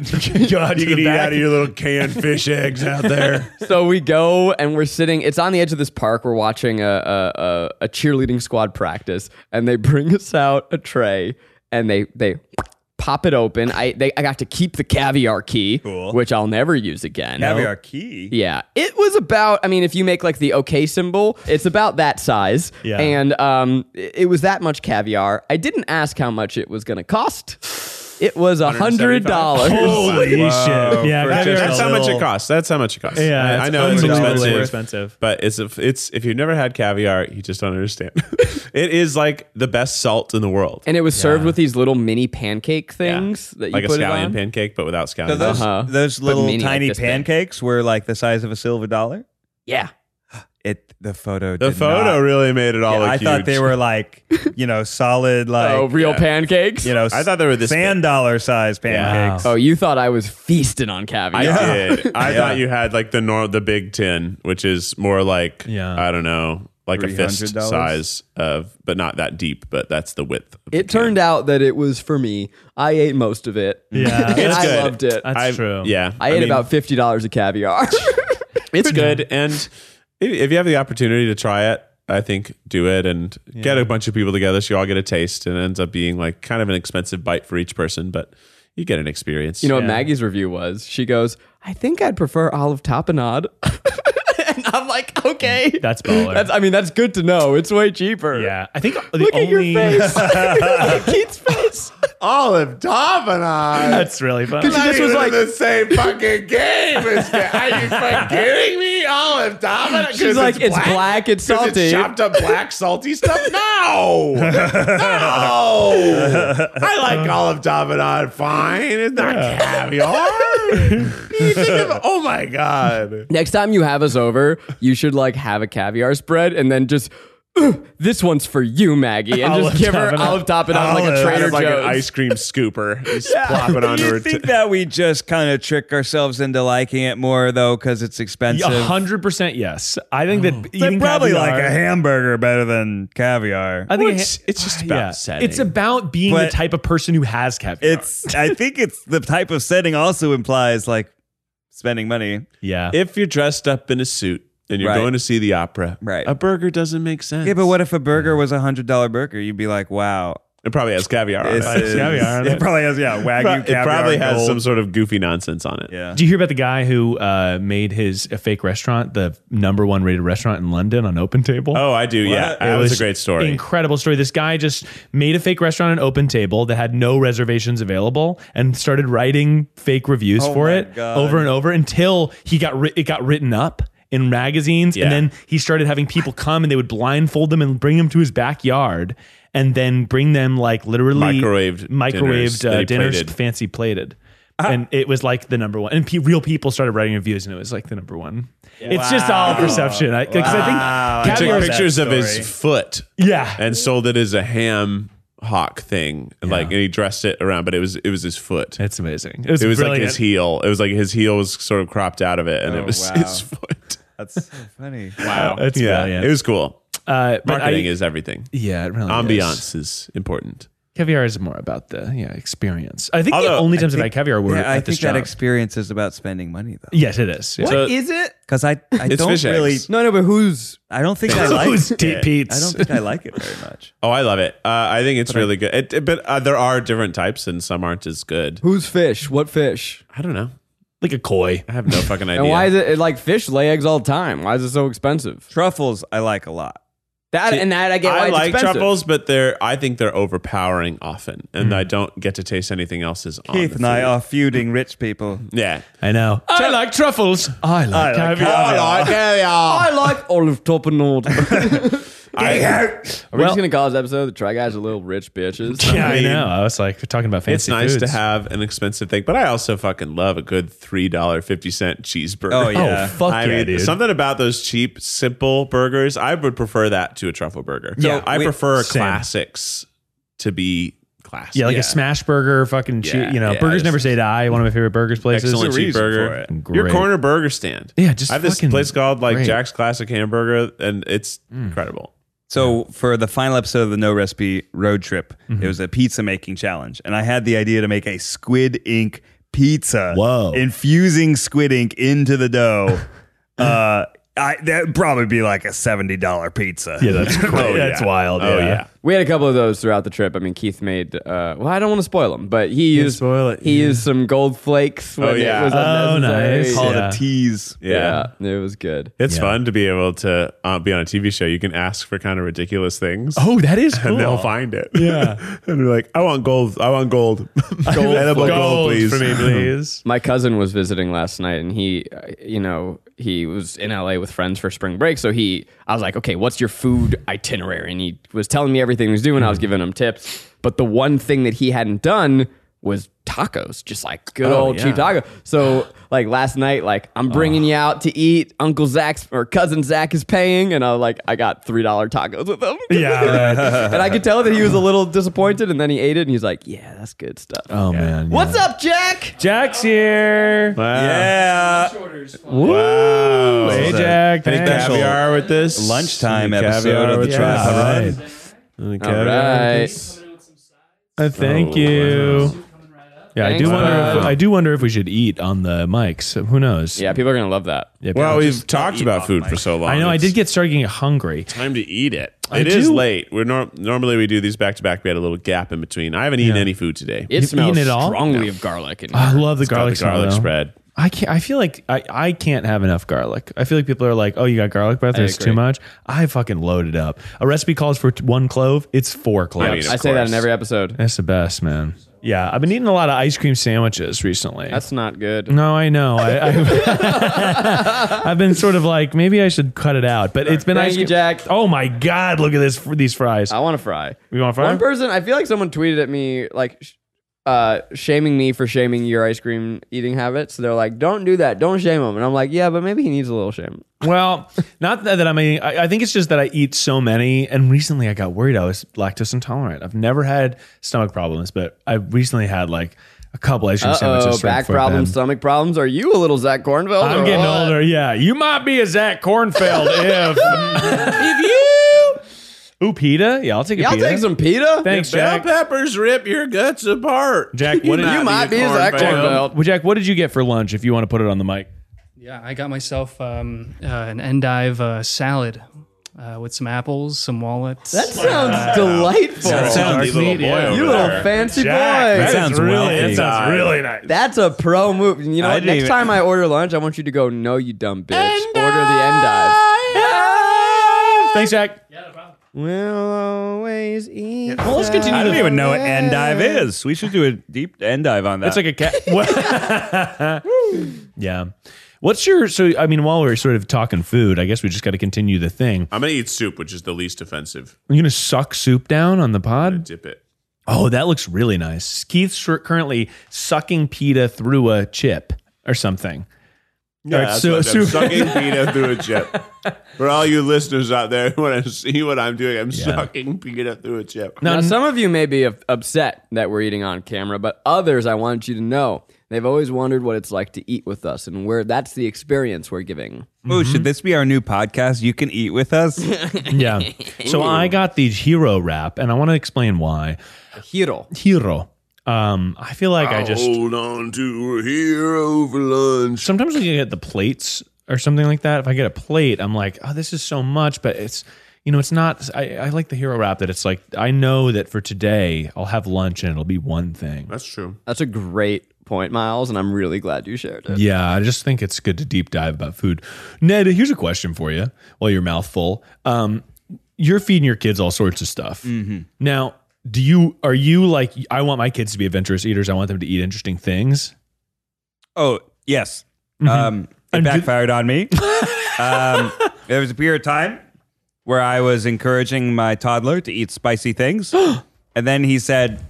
go out to
You can
the
eat
back.
out of your little canned fish eggs out there.
so we go and we're sitting. It's on the edge of this park. We're watching a a, a, a cheerleading squad practice, and they bring us out a tray, and they they pop it open. I they I got to keep the caviar key,
Cool.
which I'll never use again.
Caviar key.
Yeah, it was about. I mean, if you make like the OK symbol, it's about that size.
Yeah.
and um, it it was that much caviar. I didn't ask how much it was going to cost. It was a hundred dollars.
Holy
Wow.
shit! Yeah,
For
caviar
just-
is
That's
a
how much
little-
it costs. That's how much it costs.
Yeah,
I, I know it's
unbelievably
expensive.
expensive.
But it's if it's if you've never had caviar, you just don't understand. it is like the best salt in the world,
And it was served with these little mini pancake things that you
like a
put it
scallion
on.
pancake, but without scallion.
So those
Uh-huh.
those little
mini, like
tiny
this big.
pancakes were like the size of a silver dollar.
yeah.
It the photo.
the
did
photo
not-
really made it all.
Yeah,
look
I thought
huge.
they were like you know solid like
oh, real pancakes.
you know
I thought they were this
sand dollar size pancakes.
Oh, you thought I was feasting on caviar.
I
Yeah.
did. I thought you had like the nor- the big tin, which is more like
Yeah.
I don't know, like a fist
$300?
size of, but not that deep. But that's the width. of
It
the can.
turned out that it was for me. I ate most of it.
Yeah,
and
It's
I
good.
loved it.
that's
I've-
true.
Yeah,
I ate
mean,
about fifty dollars of caviar.
It's good, and if if you have the opportunity to try it, I think do it and get a bunch of people together so you all get a taste, and it ends up being like kind of an expensive bite for each person, but you get an experience.
You know what Maggie's review was? She goes, I think I'd prefer olive tapenade. and I'm like, okay.
That's baller.
That's I mean, that's good to know. It's way cheaper.
yeah. I think the
Look at your
only
face. Look at Keith's face.
olive tapenade.
that's really fun.
Could you just was like,
same fucking game. Are you fucking kidding me? Olive tapenade.
she's like, it's black, it's salty.
up black salty stuff? No, no. I like olive tapenade fine. It's not caviar. you think of, oh my god.
Next time you have us over, you should like have a caviar spread and then just "Ugh, this one's for you, Maggie, and
Olive
just give her
tapenade.
olive tapenade like a
Olive.
Trader
like an
Joe's.
ice cream scooper. Just plop it onto
Do
her.
you
T-
think that we just kind of trick ourselves into liking it more though because it's expensive?
A hundred percent yes. I think that
They
eating
probably
caviar,
like a hamburger better than caviar.
I think a
It's-
ha-
it's just about setting.
It's about being the
But-
type of person who has caviar.
It's I think it's the type of setting also implies like spending money.
yeah.
if you're dressed up in a suit and you're
Right.
going to see the opera,
Right.
a burger doesn't make sense.
Yeah, but what if a burger was a hundred dollar burger? You'd be like, wow.
It probably has caviar on
This
it.
is-
caviar on
it
it.
probably has yeah wagyu
It
caviar.
probably has
gold.
some sort of goofy nonsense on it.
yeah.
Did you hear about the guy who uh, made his a fake restaurant the number one rated restaurant in London on Open Table?
Oh, I do. Yeah, that was, a great story.
Incredible story. This guy just made a fake restaurant on Open Table that had no reservations available and started writing fake reviews
Oh
for
my
it
God.
over and over until he got ri- it got written up in magazines
Yeah.
and then he started having people come and they would blindfold them and bring them to his backyard and then bring them like literally
Microwaved dinners
microwaved
that
uh,
he
dinners
plated. Ah.
fancy plated. And it was like the number one, and pe- real people started writing reviews, and it was like the number one. It's just all perception. I, 'cause
Wow.
I think
It's
Took
I
caviar,
love that
pictures of
story.
his foot
yeah,
and sold it as a ham hock thing, and like, and he dressed it around, but it was it was his foot.
It's amazing. It was,
It was like
brilliant.
his heel. It was like his heel was sort of cropped out of it, and
Oh,
it was
wow.
his foot.
That's so funny.
Wow,
That's
yeah,
brilliant.
it was cool.
uh, but
Marketing
I-
is everything.
yeah, it really is.
Ambiance is important.
Caviar is more about the yeah experience. I think the
Although,
only times I've had caviar were
Yeah,
at
I
this
think that
job.
experience is about spending money though.
yes, it is. Yeah.
So-
Is it?
Because I, I
It's
don't
fish
really
eggs.
No, no, but who's
I don't think I
So
like
it's deep
I
eats.
don't think I like it very much.
Oh, I love it. Uh, I think it's really good. It, it- but uh, there are different types, and some aren't as good.
who's fish? What fish?
I don't know.
like a koi.
I have no fucking idea.
And why is it, it like fish lay eggs all the time? Why is it so expensive?
Truffles I like a lot.
That and that I get. Why
I
it's
like
expensive.
truffles, but they're I think they're overpowering often, and I don't get to taste anything else's. on
Keith
the
and I
food.
are feuding rich people.
Yeah,
I know. I like truffles. I Oh, like,
I like
caviar.
like
I like olive topinord. Are we
Well-
just gonna call this episode "The Try Guys Are Little Rich Bitches"?
Yeah, I
mean,
know. I was like, we're talking about fancy
It's nice
foods.
to have an expensive thing, but I also fucking love a good three dollar fifty cent cheeseburger.
Oh, yeah.
Oh, fuck
I
yeah,
mean,
dude.
something about those cheap, simple burgers. I would prefer that to a truffle burger.
Yeah,
I
we-
prefer
same.
classics to be classic.
Yeah, like a smash burger, fucking, che-
Yeah,
you know,
yeah,
burgers
just-
never say die. One of my favorite burgers places.
excellent
There's a reason for
cheeseburger.
it.
Your
Great.
corner burger stand.
Yeah, just
I have this
fucking
place called like
great. Mm.
Jack's Classic Hamburger, and it's incredible.
So for the final episode of the No Recipe Road Trip,
Mm-hmm.
it was a pizza making challenge, and I had the idea to make a squid ink pizza.
Whoa.
Infusing squid ink into the dough. uh, I that'd probably be like a seventy dollar pizza. Oh,
Yeah, that's great.
Oh, yeah.
That's wild.
Oh,
yeah.
yeah.
We had a couple of those throughout the trip. I mean, Keith made. Uh, well, I don't want to spoil them, but he used
spoil it,
he used some gold flakes. When
Oh, yeah.
it was
Oh,
unnecessary.
nice.
Call
Yeah.
it a tease.
Yeah. it was good.
It's
Yeah.
fun to be able to uh, be on a TV show. You can ask for kind of ridiculous things.
Oh, that is cool.
and they'll find it.
Yeah.
and they're like, I want gold. I want gold. gold Edible gold,
Gold
please.
for me, please.
My cousin was visiting last night, and he, uh, you know, he was in LA with friends for spring break. So he, I was like, okay, what's your food itinerary? And he was telling me everything he was doing. I was
Mm.
giving him tips, but the one thing that he hadn't done was tacos, just like good
Oh,
old cheap taco. So like last night, like I'm bringing you out to eat. Uncle Zach's or cousin Zach is paying, and I like I got three dollar tacos with him.
Yeah.
and I could tell that he was a little disappointed, and then he ate it, and he's like, yeah, that's good stuff.
Oh, man. yeah.
What's up, Jack?
Jack's here.
Wow.
Yeah.
Wow.
Hey,
This is a
Jack.
Any
thanks.
special
caviar with this?
lunchtime
Any
episode
caviar
of
with
the
this?
trial.
Yeah.
Alright.
Any
All
caviar with
right.
this?
Uh, thank
Oh,
you. Yeah, I
Thanks,
do wonder. If,
bud.
I do wonder if we should eat on the mics. Who knows?
Yeah, people are gonna love that.
Yeah,
Well,
people-
we've talked about food for so long.
I know. I
It's
did get started getting hungry.
Time to eat it. It
I
is
do-
late. We're norm- normally we do these back to back. We had a little gap in between. I haven't eaten any food today.
It smells
eaten it all?
strongly of garlic. And
I love the
Got
garlic,
the garlic
smell, though.
spread.
I can't. I feel like I, I can't have enough garlic. I feel like people are like, "Oh, you got garlic breath? It's
agree.
too much." I fucking load it up. A recipe calls for t- one clove. It's four
I
cloves.
mean,
I say that in every episode.
That's the best, man. Yeah, I've been eating a lot of ice cream sandwiches recently.
That's not good.
no, I know. I, I, I've been sort of like, maybe I should cut it out. But it's been
Thank
ice
you,
cream.
Jack.
Oh my god, look at this! These fries.
I want to fry.
We want fry.
One person, I feel like someone tweeted at me like, sh- uh, shaming me for shaming your ice cream eating habits. They're like, "Don't do that. Don't shame him." And I'm like, "Yeah, but maybe he needs a little shame."
Well, not that, that I'm eating. I, I think it's just that I eat so many. And recently I got worried I was lactose intolerant. I've never had stomach problems, but I recently had like a couple ice cream
Oh,
sandwiches. right
back
before
problems,
bed.
stomach problems. Are you a little Zach Cornfeld?
I'm
or
getting
what?
older. Yeah. You might be a Zach Cornfeld if. if you. Ooh, pita? Yeah, I'll take a
Y'all
pita.
take some pita.
Thanks,
Bell
Jack.
peppers rip your guts apart.
Jack, what did
you might be Zach Cornfeld.
Well, Jack, what did you get for lunch if you want to put it on the mic?
Yeah, I got myself um, uh, an endive uh, salad uh, with some apples, some wallets.
That sounds delightful.
That sounds
Sounds
you little boy
neat, yeah.
over
Oh, you little
there.
fancy boy.
that sounds wealthy.
That sounds
Nice.
really nice.
That's a pro move. You know,
I
what?
didn't
next
even-
time I order lunch, I want you to go, no, you dumb bitch. order the end dive.
Thanks, Jack.
We'll always eat.
Well, let's continue. I don't even know what endive is. We should do a deep endive on that.
It's like a cat. What- yeah. What's your so? I mean, while we're sort of talking food, I guess we just got to continue the thing.
I'm gonna eat soup, which is the least offensive.
Are you gonna suck soup down on the pod?
Dip it.
Oh, that looks really nice. Keith's sur- currently sucking pita through a chip or something. All right,
that's
so-
what I'm
soup.
sucking pita through a chip. For all you listeners out there who want to see what I'm doing, I'm sucking pita through a chip.
Now, some of you may be of- upset that we're eating on camera, but others, I want you to know, they've always wondered what it's like to eat with us and where that's the experience we're giving.
Ooh, Oh, should this be our new podcast? You can eat with us.
Yeah. So I got the hero wrap, and I want to explain why
Hiro.
hero. Um, I feel like I just
Hold on to a hero for lunch.
sometimes when you get the plates or something like that, if I get a plate, I'm like, oh, this is so much, but it's you know, it's not. I, I like the hero wrap that it's like I know that for today I'll have lunch and it'll be one thing.
That's true.
That's a great point, Miles, and I'm really glad you shared it.
Yeah, I just think it's good to deep dive about food. Ned, here's a question for you. While your mouth full, um, you're feeding your kids all sorts of stuff. Now, do you are you like I want my kids to be adventurous eaters. I want them to eat interesting things.
Oh yes, um,
Mm-hmm.
it
And did-
backfired on me. um, there was a period of time where I was encouraging my toddler to eat spicy things, and then he said,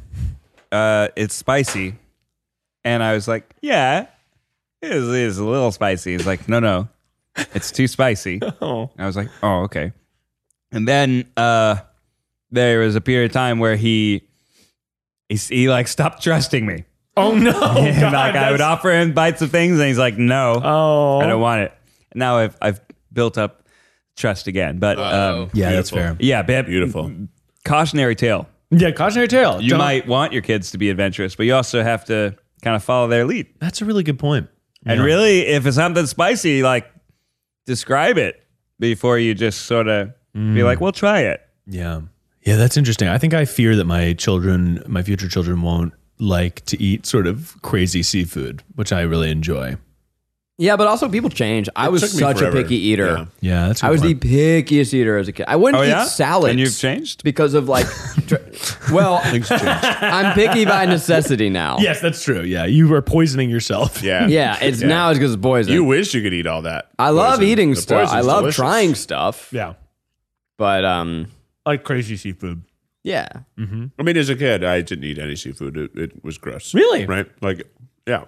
uh, "It's spicy," and I was like, "Yeah, it is, it is a little spicy." He's like, "No, no, it's too spicy."
Oh.
I was like, "Oh, okay." And then uh, there was a period of time where he he, he like stopped trusting me.
Oh no.
And,
God,
like I would
that's-
offer him bites of things, and he's like, "No,
Oh.
I don't want it." Now I've I've built up trust again, but um,
yeah, that's fair.
yeah, babe,
Beautiful.
Cautionary tale:
Yeah, cautionary tale.
You
Don't-
might want your kids to be adventurous, but you also have to kind of follow their lead.
That's a really good point.
And really, if it's something spicy, like describe it before you just sort of be like, "Well, try it."
Yeah. Yeah, that's interesting. I think I fear that my children, my future children won't like to eat sort of crazy seafood, which I really enjoy.
Yeah, but also people change. I was
took me
such a
forever.
picky eater.
Yeah.
Yeah, that's a good
I was
point.
the pickiest eater as a kid. I wouldn't
Oh
eat
yeah,
salads
And you've changed.
because of like. dr- well, I'm picky by necessity now.
Yes, that's true. Yeah, you were poisoning yourself.
Yeah.
yeah. It's now it's because of poison.
You wish you could eat all that.
I love
Poison.
eating
The
stuff. I
poison's
love
delicious.
trying stuff.
Yeah.
But um,
Like crazy seafood.
yeah.
I mean, as a kid, I didn't eat any seafood. It, it was gross.
Really?
Right? Like, yeah.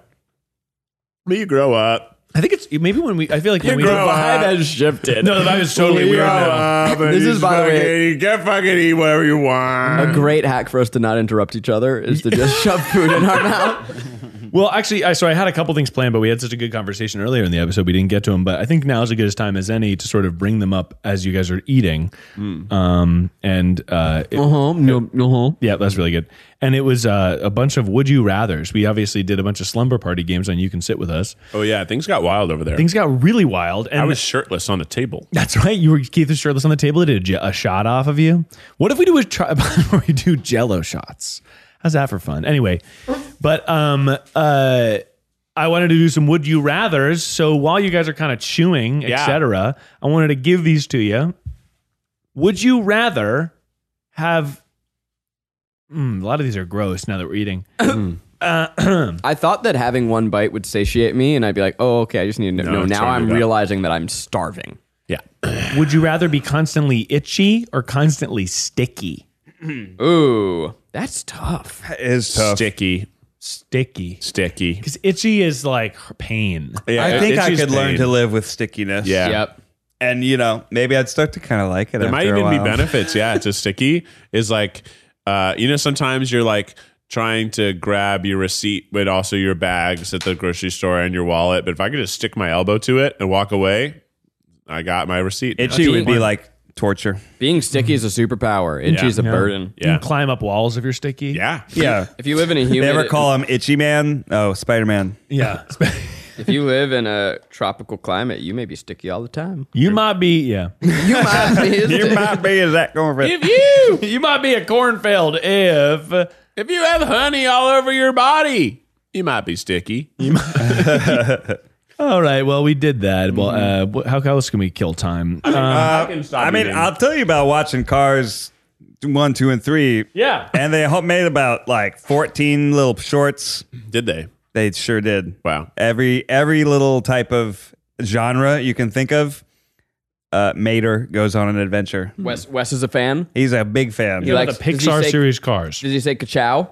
But you grow up.
I think it's maybe when we I feel like when we
grow up.
Vibe has shifted.
No, the vibe is totally
You
weird
grow
now.
up and
This
you
is, by the way-
fucking eat- get fucking eat whatever you want.
A great hack for us to not interrupt each other is to just shove food in our mouth.
Well, actually, I, so I had a couple things planned, but we had such a good conversation earlier in the episode, we didn't get to them. But I think now is as good as time as any to sort of bring them up as you guys are eating.
Hmm.
Um, and uh, it-
Uh-huh, no, no.
yeah, that's really good. And it was uh, a bunch of would you rather's. We obviously did a bunch of slumber party games on You Can Sit With Us.
Oh, yeah. Things got wild over there.
Things got really wild. And
I was shirtless on the table.
That's right. You were Keith was shirtless on the table. It did a shot off of you. What if we do a try where we do Jello shots? How's that for fun? Anyway, but um uh. I wanted to do some would you rather's. So while you guys are kind of chewing,
Yeah.
etc., I wanted to give these to you. Would you rather have? Mm, a lot of these are gross now that we're eating.
I thought that having one bite would satiate me, and I'd be like, "Oh, okay, I just need to." No,
it's
now
already
I'm
done.
realizing that I'm starving.
Yeah.
would you rather be constantly itchy or constantly sticky?
Ooh, that's tough.
Is
Sticky.
Sticky.
Sticky.
Because itchy is like pain.
Yeah,
I
it-
think
it's
I
just
could learn
pain.
to live with stickiness.
Yeah.
Yep.
and you know, maybe I'd start to kind of like it.
There might
after a
even be
while.
benefits. Yeah, to sticky is like, uh, you know, sometimes you're like trying to grab your receipt, but also your bags at the grocery store and your wallet. But if I could just stick my elbow to it and walk away, I got my receipt.
Itchy would be like torture.
Being sticky is a superpower. Itchy's a burden.
You
Yeah.
can climb up walls if you're sticky.
yeah,
Yeah.
If you live in a
They
humid,
ever call him Itchy Man? Oh, Spider Man.
Yeah.
if you live in a tropical climate, you may be sticky all the time.
you might be, yeah.
You might be.
You might be is that going for
if you you might be a cornfield if
if you have honey all over your body, you might be sticky.
All right, well we did that. Well, uh wh- how else can we kill time? Uh,
I can stop.
I mean, I'll tell you about watching Cars one, two, and three.
yeah.
And they ho- made about like fourteen little shorts.
did they?
They sure did.
Wow.
Every every little type of genre you can think of. Uh, Mater goes on an adventure.
Wes, Wes is a fan.
He's a big fan.
He
Like
likes
the
does he
Pixar
say-
series Cars.
Does he say "kachow"?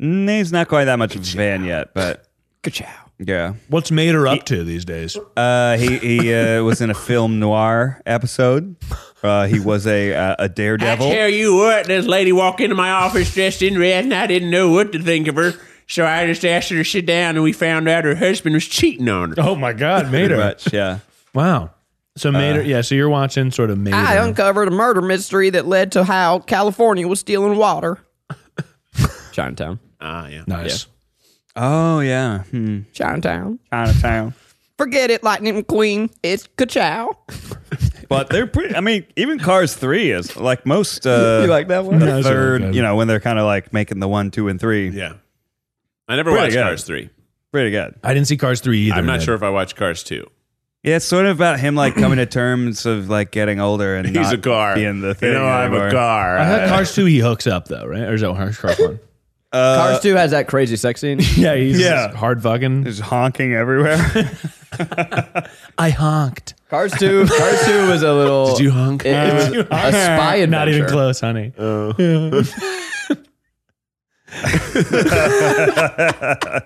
Mm, He's not quite that much of a fan yet, but
Kachow.
yeah.
What's Mater up to these days?
Uh, he he uh, was in a film noir episode. Uh, he was a uh, a daredevil.
you what, this lady walked into my office dressed in red, and I didn't know what to think of her. So I just asked her to sit down, and we found out her husband was cheating on her.
Oh my god,
Pretty
Mater.
much, yeah.
Wow. So Mater, yeah, so you're watching sort of Mater.
I uncovered a murder mystery that led to how California was stealing water.
Chinatown.
Ah, yeah.
nice.
Oh yeah, hmm.
Chinatown.
Chinatown.
Forget it, Lightning McQueen. It's Kachow.
But they're pretty. I mean, even Cars Three is like most. Uh,
that
the
Yeah, it's really
third,
good.
you know, when they're kind of like making the one, two, and three.
Yeah. I never
Pretty
watched
good.
Cars three.
Pretty good.
I didn't see Cars 3 either.
I'm not
Ned.
sure if I watched Cars two.
Yeah, it's sort of about him like coming to terms of like getting older and
He's
not
a car.
being the thing.
you know, I'm
anymore.
a car. Uh,
I thought Cars 2 he hooks up though, right? Or is that Cars, Cars 1?
Uh,
Cars 2 has that crazy sex scene.
yeah, he's
Yeah.
just hard fucking.
Just honking everywhere.
I honked.
Cars 2 Cars 2 was a little Did you honk? Uh, It, it was a spy adventure.
Not even close, honey. Yeah.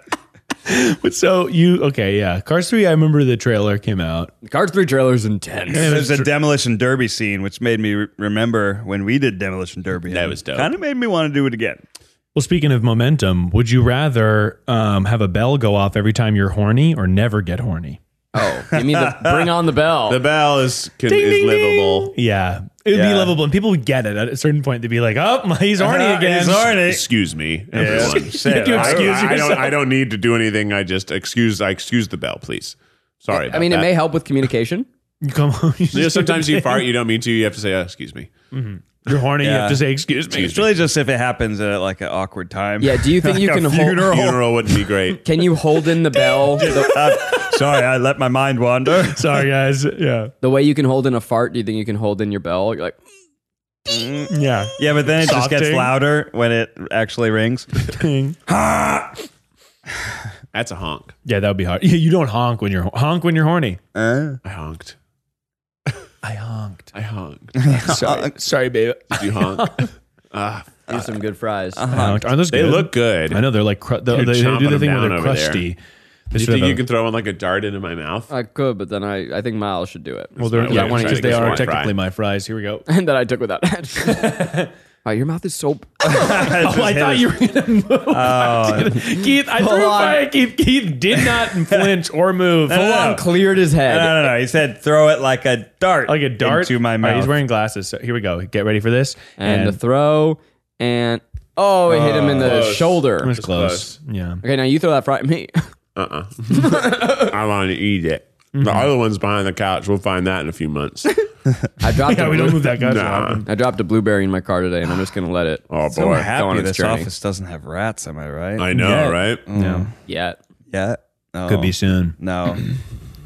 But so you okay, yeah. Cars 3, I remember the trailer came out.
Cars 3 trailer's intense.
There's a demolition derby scene, which made me re- remember when we did demolition derby. That
was dope.
Kind of made me want to do it again.
Well, speaking of momentum, would you rather um, have a bell go off every time you're horny or never get horny?
Oh, you mean the bring on the bell.
the bell is can, is
ding,
livable.
Yeah. It would be
Yeah.
lovable, and people would get it at a certain point. They'd be like, oh, he's horny again.
Excuse me, everyone.
Say
You
it.
I,
excuse
I, I don't.
yourself.
I don't need to do anything. I just excuse. I excuse the bell, please. Sorry.
I mean, it may help with communication.
You come home. you
may.
just-
Sometimes you fart. You don't mean to. You have to say, oh, "Excuse me."
You're horny. You
Yeah.
have to say, excuse me.
It's really just if it happens at like an awkward time.
Yeah, do you think you
a
can
funeral.
hold
Funeral wouldn't be great.
Can you hold in the bell the,
Uh, sorry, I let my mind wander.
Sorry, guys. Yeah.
the way you can hold in a fart? Do you think you can hold in your bell? You're like,
Yeah.
Yeah, but then it just gets
Softing.
louder when it actually rings.
That's a honk.
Yeah, that would be hard. Yeah, you don't honk when you're honk when you're horny.
Uh,
I honked.
I honked.
I honked.
sorry.
Sorry, babe.
Did you honk?
here's some good fries.
I honked. Aren't those
they
good?
look good.
I know they're like cru- they,
They're
they, they do
chomping
the thing
them
where
down
they're
over there.
crusty. They
Do you
should
think
have
you
a-
can throw in like a dart into my mouth?
I could, but then I, I think Miles should do it.
well, they're,
Oh, Yeah,
I want
try
because
to
they
get
are
one fry.
technically my fries. Here we go.
and that I took without wow, your mouth is so.
Oh, I thought you were gonna move. Keith, I threw
on.
fire. Keith, Keith did not flinch or move.
no,
Full on Uh,
no.
cleared his head.
No, no, no. He said throw it like a dart.
like a dart
into my
All right,
mouth.
he's wearing glasses. So here we go. Get ready for this.
and the throw, and oh, it hit him in the
Close.
it
shoulder.
was close. Yeah.
Okay, now you throw that fry at me.
I want to eat it. The other one's behind the couch. We'll find that in a few months.
I dropped.
Yeah,
a
we
blue-
don't move that guy.
Nah.
I dropped a blueberry in my car today, and I'm just gonna let it.
Oh
So
boy,
go on
happy
its
this
journey.
office doesn't have rats. Am I right?
I know,
Yeah.
right?
No.
Yet.
Yeah. Oh. No.
Could be soon.
No.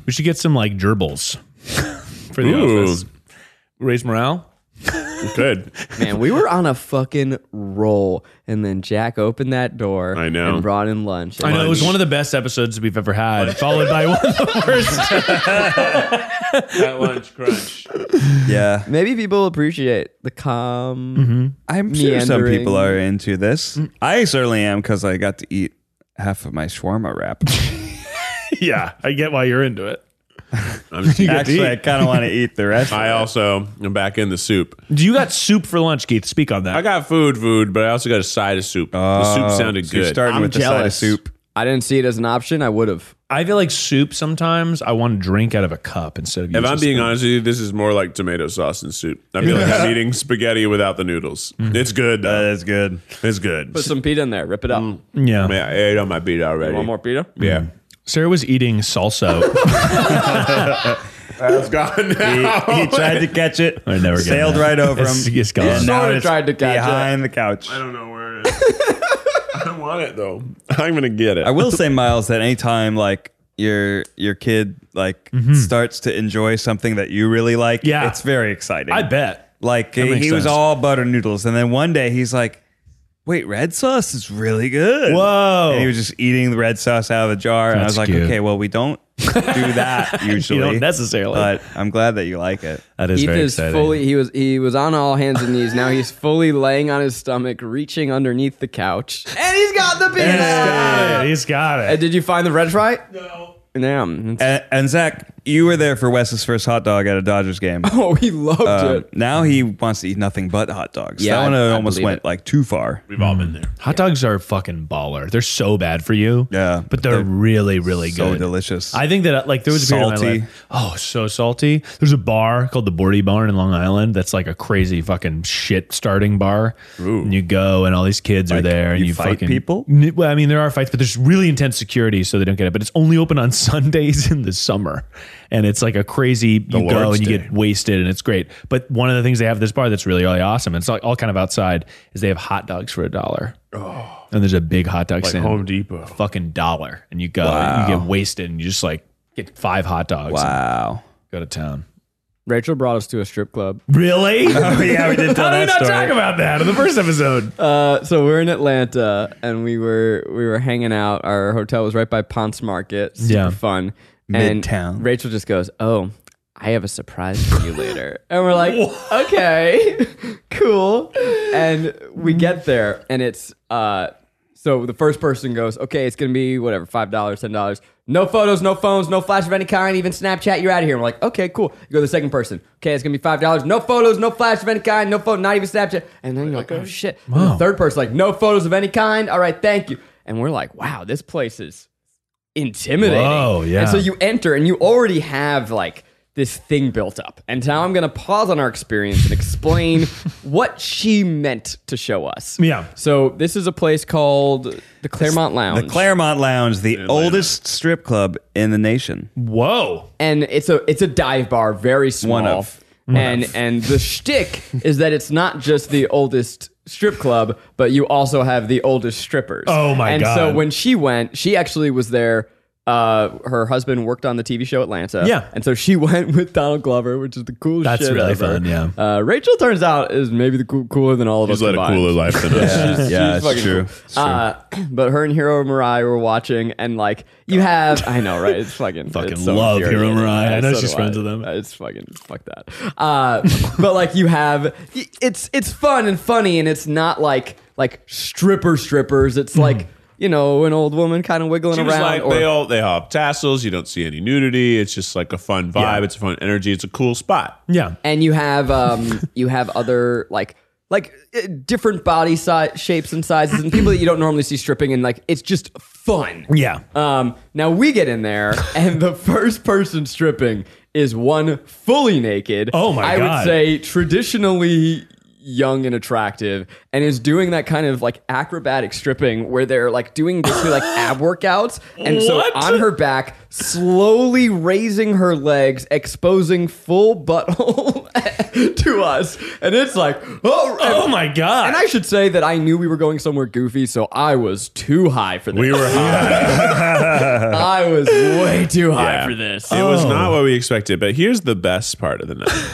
We should get some like gerbils for the
Ooh.
office. Raise morale.
Good.
Man, we were on a fucking roll, and then Jack opened that door.
I know.
And brought in lunch.
I know it was one of the best episodes we've ever had, followed by one of the worst.
That lunch crunch.
Yeah.
Maybe people appreciate the calm.
Mm-hmm.
I'm sure some
Meandering.
people are into this. I certainly am because I got to eat half of my shawarma wrap.
yeah, I get why you're into it.
I'm just
Actually, I kind of want to eat the rest.
I
of it.
also am back in the soup.
Do you got soup for lunch, Keith? Speak on that.
I got food, food, but I also got a side of soup. the soup sounded
You're
good.
starting with the side of soup.
I didn't see it as an option. I would have.
I feel like soup sometimes I want to drink out of a cup instead of.
if I'm being honest with you, this is more like tomato sauce and soup. I feel like I'm eating spaghetti without the noodles. It's good.
Mm. That
Though.
is good.
It's good.
Put some pita in there. Rip it up.
Mm. yeah,
Man, I ate on my beat already.
One more pita.
Yeah.
Sarah was eating salsa.
Mm.
That's gone now.
He, he tried to catch it.
I never get
Oh sailed
that.
right over
It's-
him.
it's gone.
And
Sorta
it's
tried to catch it.
behind the couch.
I don't know where it is. I want it though. I'm gonna get it.
I will say, Miles, that anytime like your your kid like starts to enjoy something that you really like,
Yeah.
it's very exciting.
I bet.
Like he
makes
was
sense.
all butter noodles, and then one day he's like, "Wait, red sauce is really good."
Whoa.
And he was just eating the red sauce out of a jar, and I was
That's
like,
cute.
"Okay, well, we don't do that usually,
necessarily.
but I'm glad that you like it."
That is
Keith
very
is
exciting.
fully. He was. He was on all hands and knees. Now he's fully laying on his stomach, reaching underneath the couch. And he's got the pita.
Yeah, he's got
Uh,
it.
did you find the red fry? No. Damn. It's-
And, and Zach, you were there for Wes's first hot dog at a Dodgers game.
oh, he loved
Um,
it.
now he wants to eat nothing but hot dogs.
Yeah,
that one uh,
I- I
almost
believe
went
it.
like too far.
We've all been there.
Hot dogs are fucking baller. They're so bad for you.
Yeah,
but they're,
they're
really, really
so
good.
delicious.
I think that uh, like there was a period in my
Salty.
life- Oh, so salty. There's a bar called the Bordy Barn in Long Island. That's like a crazy fucking shit starting bar. And you go and all these kids are there and
you
you
fight
fucking
people?
N- Well, I mean there are fights, but there's really intense security, so they don't get it. But it's only open on Sundays in the summer, and it's like a crazy. you go
Lord's
and you
Day.
get wasted, and it's great. But one of the things they have at this bar that's really really awesome. And it's like all kind of outside is they have hot dogs for a dollar.
Oh.
And there's a big hot dog stand
Home Depot.
fucking dollar and you go and you get wasted and you just like Get five hot dogs. and
Wow.
go to town.
Rachel brought us to a strip club.
Really? How
yeah, we did tell
did we not talk about that in the first episode?
Uh, so we're in Atlanta, and we were we were hanging out. Our hotel was right by Ponce Market. Super
Yeah.
fun. And
Midtown.
Rachel just goes, "Oh, I have a surprise for you later," and we're like, "Okay, cool." And we get there, and it's uh, so the first person goes, "Okay, it's gonna be whatever, five dollars, ten dollars." No photos, no phones, no flash of any kind, even Snapchat. You're out of here. And we're like, okay, cool. You go to the second person. Okay, it's gonna be five dollars. No photos, no flash of any kind, no photo, not even Snapchat. And then you're like, oh shit. And the third person, like, no photos of any kind. All right, thank you. And we're like, wow, this place is intimidating.
Whoa, yeah.
And so you enter and you already have like this thing built up. And now I'm going to pause on our experience and explain what she meant to show us.
Yeah.
So this is a place called the Claremont Lounge.
The Claremont Lounge, the oldest strip club in the nation.
Whoa.
and it's a it's a dive bar, very small.
One of.
and and the shtick is that it's not just the oldest strip club, but you also have the oldest strippers.
Oh my
and
God.
so when she went, she actually was there. Uh, her husband worked on the TV show Atlanta.
Yeah.
and so she went with Donald Glover, which is the coolest.
That's
shit
really
ever.
fun, yeah.
uh, Rachel turns out is maybe the cool, cooler than all of
He's
us.
led a
combined.
cooler life than us.
yeah, it's true.
Uh, but her and Hero Marai were watching, and like you have, I know, right? It's fucking
Fucking
it's so
love Hero
infuriating.
Marai. I
Yeah,
know
so
she's
do
friends
I.
with him.
Uh, It's fucking fuck that. Uh, but like you have, it's it's fun and funny, and it's not like like stripper strippers. It's like
Mm-hmm.
you know an old woman kind of wiggling
She was
around.
like, they all they all have tassels. You don't see any nudity. It's just like a fun vibe. It's a fun energy. It's a cool spot.
Yeah.
and you have um you have other like like uh, different body size shapes and sizes and people that you don't normally see stripping and like it's just fun
Yeah.
um now we get in there and the first person stripping is one fully naked
Oh my
i
God.
would say traditionally young and attractive and is doing that kind of like acrobatic stripping where they're like doing basically like ab workouts and so
What?
on her back slowly raising her legs exposing full butthole to us and it's like oh,
Oh my god.
and I should say that I knew we were going somewhere goofy, so I was too high for this.
We were high.
I was way too high
Yeah.
for this.
It was not what we expected, but here's the best part of the night.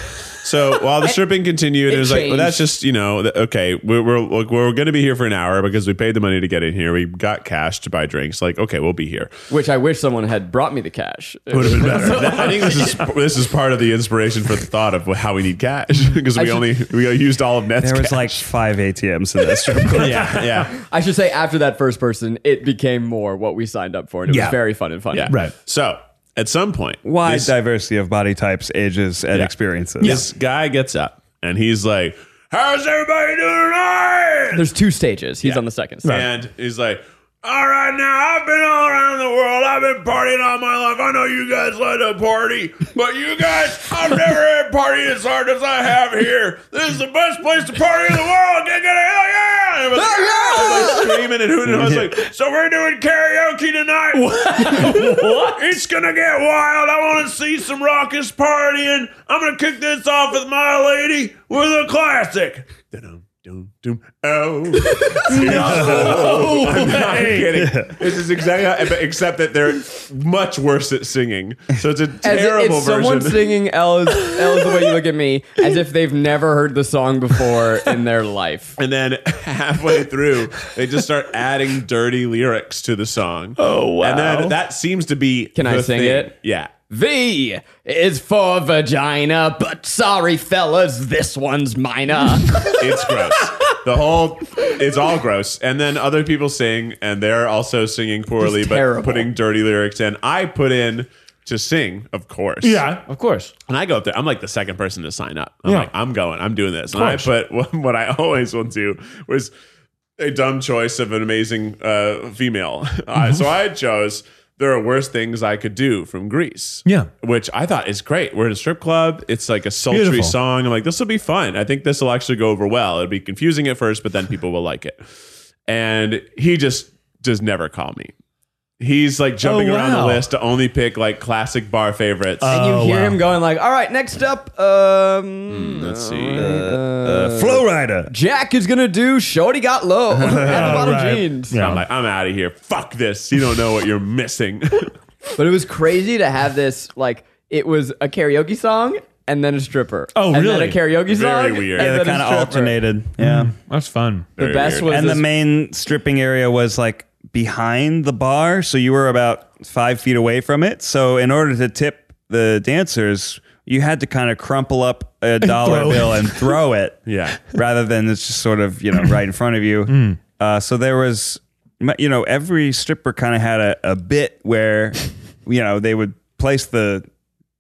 So while the stripping continued, it,
it
was like, well, that's
changed.
just you know, th- okay, we're we're, look, we're going to be here for an hour because we paid the money to get in here. We got cash to buy drinks. Like, okay, we'll be here.
Which I wish someone had brought me the cash.
Would have been better. I think this is this is part of the inspiration for the thought of how we need cash because we only we used all of Ned's
There was
cash.
like five ATMs in that strip club.
yeah, yeah.
I should say after that first person, it became more what we signed up for, and it
Yeah.
was very fun and funny.
Yeah.
Right.
So at some point,
Wide
this,
diversity of body types, ages, and experiences.
this guy gets up and he's like, "How's everybody doing tonight?"
There's two stages. He's on the second stage.
And he's like, "All right, now I've been all around the world. I've been partying all my life. I know you guys like to party, but you guys, I've never had party as hard as I have here. This is the best place to party in the world. Get, get a hell yeah!" And everybody's like, "Yeah!" Like screaming and hooting. And I was like, "So we're doing karaoke tonight." It's gonna get wild. I want to see some raucous partying. I'm gonna kick this off with my lady with a classic. Dum dum dum. Oh no! I'm not kidding. This is exactly how, but except that they're much worse at singing. So it's a
As if
terrible
it's someone
version.
singing "L is, L is the way you look at me" as if they've never heard the song before in their life.
And then halfway through, they just start adding dirty lyrics to the song. Oh wow! And then that seems to be.
Can I
the
sing
thing.
it?
Yeah.
V is for vagina, but sorry, fellas, this one's minor.
It's gross. The whole, it's all gross. And then other people sing, and they're also singing poorly,
Just
but
terrible.
putting dirty lyrics in. I put in to sing, of course.
yeah, of course.
And I go up there. I'm like the second person to sign up. I'm
Yeah.
like, I'm going. I'm doing this. And I put what I always will do was a dumb choice of an amazing uh, female.
Mm-hmm.
Uh, so I chose. There are worse things I could do from Greece.
Yeah.
Which I thought is great. We're in a strip club. It's like a sultry
Beautiful.
song. I'm like, this will be fun. I think this will actually go over well. It'll be confusing at first, but then people will like it. And he just does never call me. He's like jumping
Oh,
around the
wow.
list to only pick like classic bar favorites.
and you
Oh,
hear
wow.
him going like, "All right, next up, um,
Hmm.
Let's see.
Uh, Flow Rider.
Jack is gonna do Shorty Got Low at the bottom
right.
jeans."
Yeah.
I'm like, I'm out of here. Fuck this. You don't know what you're missing.
But it was crazy to have this like it was a karaoke song and then a stripper.
Oh,
And then
really?
a karaoke
Very
song.
weird.
and
Yeah,
They
then a
kind of
stripper.
alternated. Yeah.
That's fun.
The
Very
best
weird.
was
And the
this-
main stripping area was like behind the bar. So you were about five feet away from it. So in order to tip the dancers, you had to kind of crumple up a dollar
throw it.
bill and throw it.
Yeah.
Rather than it's just sort of, you know, right in front of you.
Mm.
Uh, so there was, you know, every stripper kind of had a, a bit where, you know, they would place the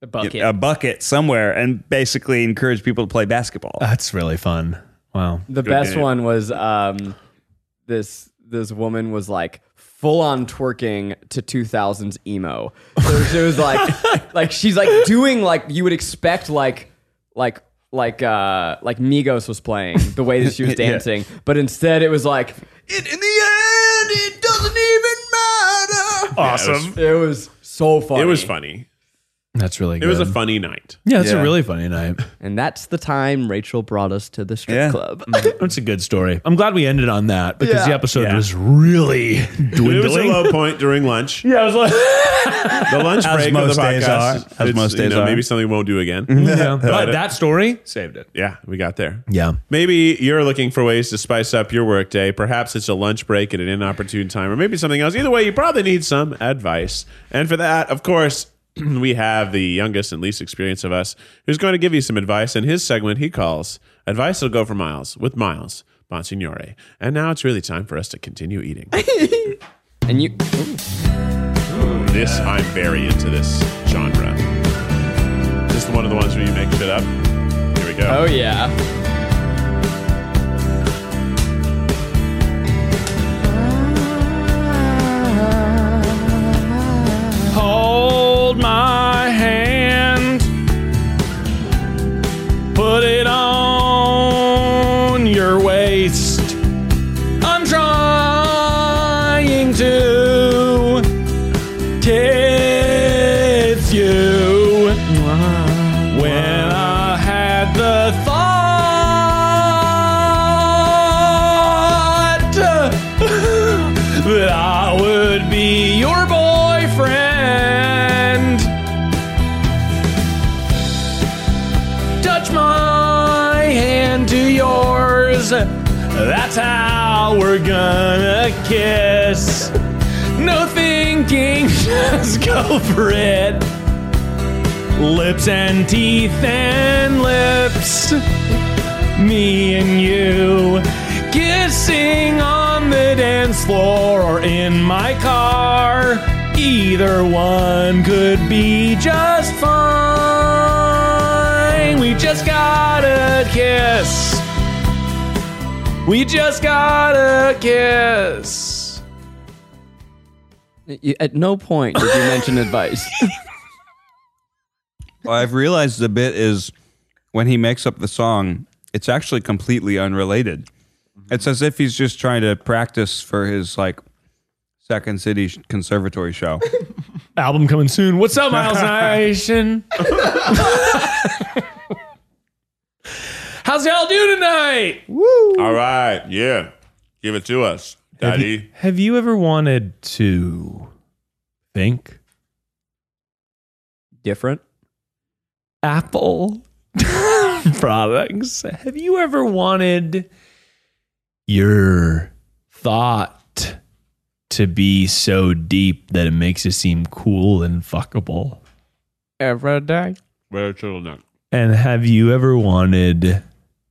the bucket.
a bucket somewhere and basically encourage people to play basketball.
That's really fun. Wow.
The best
game.
one was um, this this woman was like full on twerking to 2000s emo. So she was like like she's like doing like you would expect like like like uh like Migos was playing the way that she was dancing, but instead it was like it, in the end it doesn't even matter.
Awesome.
It was so funny.
It was funny.
That's really
It
good.
was a funny night.
Yeah, that's
Yeah.
a really funny night.
And that's the time Rachel brought us to the strip
Yeah.
club.
Mm-hmm.
That's a good story. I'm glad we ended on that because
Yeah.
the episode was really
It was a
dwindling.
low point during lunch.
yeah, I was like,
The lunch
As
break of
most
the
days
podcast.
are. As
it's,
most
you
days
know,
are. Mm-hmm.
Maybe something we won't do again.
yeah. but that story saved it.
Yeah, we got there.
Yeah.
Maybe you're looking for ways to spice up your workday. Perhaps it's a lunch break at an inopportune time, or maybe something else. Either way, you probably need some advice. And for that, of course, we have the youngest and least experienced of us who's going to give you some advice in his segment he calls Advice That'll Go for Miles with Miles Monsignore. And now it's really time for us to continue eating.
And you
this, I'm very into this genre. This is one of the ones where you make shit up. Here we go.
Oh yeah.
Hold my hand. Put it on your waist. I'm trying to kiss you. When I had the thought that I would be your boyfriend, touch my hand to yours. That's how we're gonna kiss. No thinking, just go for it. Lips and teeth and lips. Me and you. Kissing on the dance floor or in my car. Either one could be just fine. We just gotta kiss. We just gotta kiss.
You, at no point did you mention advice.
Well, I've realized the bit is when he makes up the song, it's actually completely unrelated.
Mm-hmm.
It's as if he's just trying to practice for his like Second City sh- Conservatory show.
Album coming soon. What's up, Miles Nation? How's y'all doing tonight?
All right. Yeah. Give it to us, Daddy.
Have you ever wanted to think?
Different.
Apple products. Have you ever wanted your thought to be so deep that it makes it seem cool and fuckable?
Every day.
Wear a turtleneck.
And have you ever wanted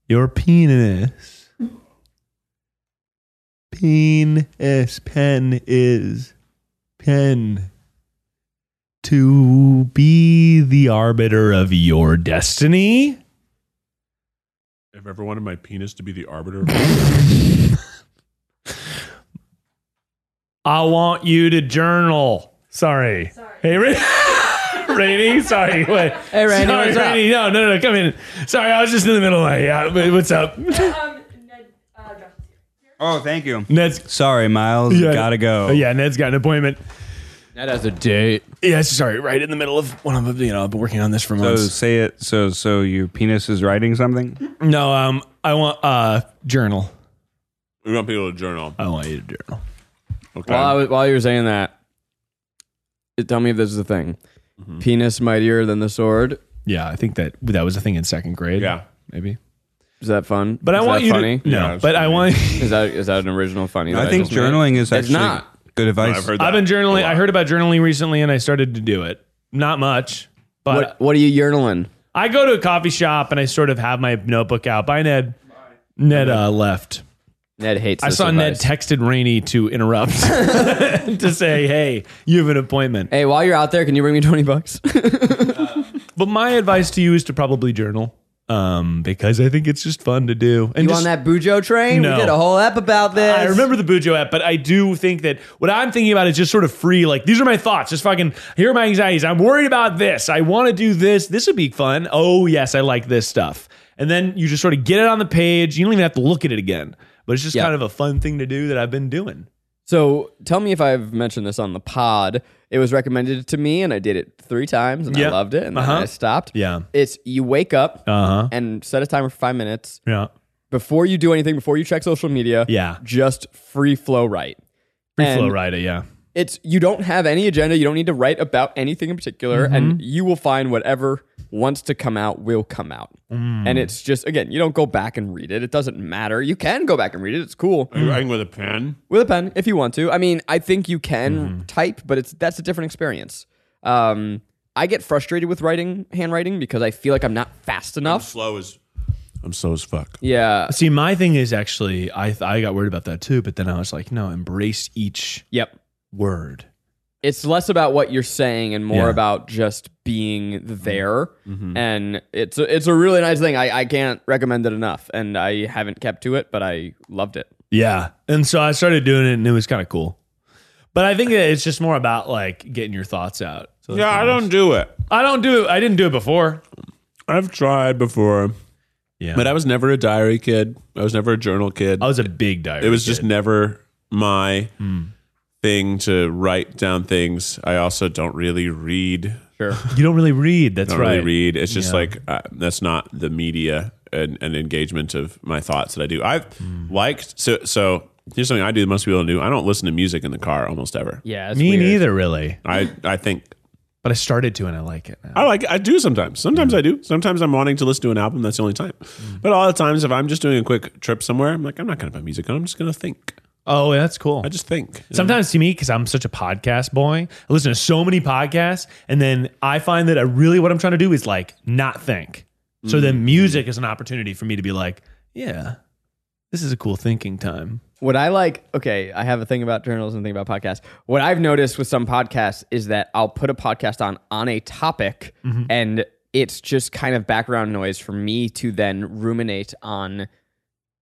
your penis? Penis pen is pen to be the arbiter of your destiny.
I've ever wanted my penis to be the arbiter.
I want you to journal. Sorry. Hey, Ra- Rainy. Sorry. Wait.
Hey, Rainey,
Sorry,
what's up?
Rainey. No, no, no. Come in. Sorry, I was just in the middle of my. Yeah, but what's up?
um, Ned, uh, Josh is here.
oh, thank you.
Ned's.
Sorry, Miles.
Yeah.
Gotta go.
Oh, yeah, Ned's got an appointment.
That has a date.
Yeah, sorry. Right in the middle of one of the, you know, I've been working on this for
So
months.
say it. So so your penis is writing something.
no, um, I want uh journal.
we want people to journal.
I want you to journal.
Okay.
While, I was, while you were saying that, Tell me if this is a thing.
Mm-hmm.
Penis mightier than the sword.
Yeah, I think that that was a thing in second grade.
Yeah.
maybe.
Is that fun?
But
is
I want
that
you
funny?
to no.
Yeah, it's
but I want.
Is that is that an original funny? that
I think
just made?
journaling is
It's
actually
not.
good advice.
I've heard that.
I've been journaling. I heard about journaling recently, and I started to do it. Not much, but
What What are you journaling?
I go to a coffee shop and I sort of have my notebook out. By Ned. Ned uh, left.
Ned hates.
I
this
saw Ned
advice.
texted Rainey to interrupt to say, "Hey, you have an appointment."
Hey, while you're out there, can you bring me twenty bucks?
But my advice to you is to probably journal, um, because I think it's just fun to do. And
you
just,
on that Bujo train?
No.
We did a whole app about this.
I remember the Bujo app, but I do think that what I'm thinking about is just sort of free. Like these are my thoughts. Just fucking here are my anxieties. I'm worried about this. I want to do this. This would be fun. Oh yes, I like this stuff. And then you just sort of get it on the page. You don't even have to look at it again. But it's just
Yeah.
kind of a fun thing to do that I've been doing.
So tell me if I've mentioned this on the pod. It was recommended to me, and I did it three times, and
Yeah.
I loved it, and
Uh-huh.
then I stopped.
Yeah.
It's you wake up
Uh huh.
and set a timer for five minutes
Yeah.
before you do anything, before you check social media.
Yeah.
just free flow write.
Free
And
flow rider. Yeah.
It's you don't have any agenda. You don't need to write about anything in particular,
Mm-hmm.
and you will find whatever wants to come out will come out.
Mm.
And it's just again, you don't go back and read it. It doesn't matter. You can go back and read it. It's cool
Are you writing with a pen?
with a pen if you want to. I mean, I think you can
Mm-hmm.
type, but it's that's a different experience. Um, I get frustrated with writing handwriting because I feel like I'm not fast enough.
slow as I'm slow as fuck.
Yeah.
See, my thing is actually, I I got worried about that too. But then I was like, no, embrace each
Yep.
word.
it's less about what you're saying and more
Yeah.
about just being there and it's a, it's a really nice thing I, I can't recommend it enough and i haven't kept to it but i loved it
Yeah. And so I started doing it and it was kind of cool. But I think that it's just more about like getting your thoughts out. So
Yeah, I don't do it.
I don't do it. I didn't do it before.
I've tried before,
Yeah.
but I was never a diary kid. I was never a journal kid.
I was a big diary.
it was just
kid.
never my
Hmm.
thing to write down things. I also don't really read.
you don't really read. That's
Don't
right.
really read. It's just
Yeah.
like uh, that's not the media and, and engagement of my thoughts that I do. I've liked so so. Here's something I do that most people don't do. I don't listen to music in the car almost ever.
yeah it's
Me
weird.
neither, really.
I I think
But I started to and I like it now.
I like I do sometimes. Sometimes I do. Sometimes I'm wanting to listen to an album. That's the only time. But all the times, if I'm just doing a quick trip somewhere, I'm like, I'm not going to put music on. I'm just going to think.
Oh, yeah, that's cool.
I just think.
Sometimes to me, because I'm such a podcast boy, I listen to so many podcasts, and then I find that I really what I'm trying to do is like not think. So then music is an opportunity for me to be like, yeah, this is a cool thinking time.
what i like okay i have a thing about journals and a thing about podcasts what i've noticed with some podcasts is that i'll put a podcast on on a topic and it's just kind of background noise for me to then ruminate on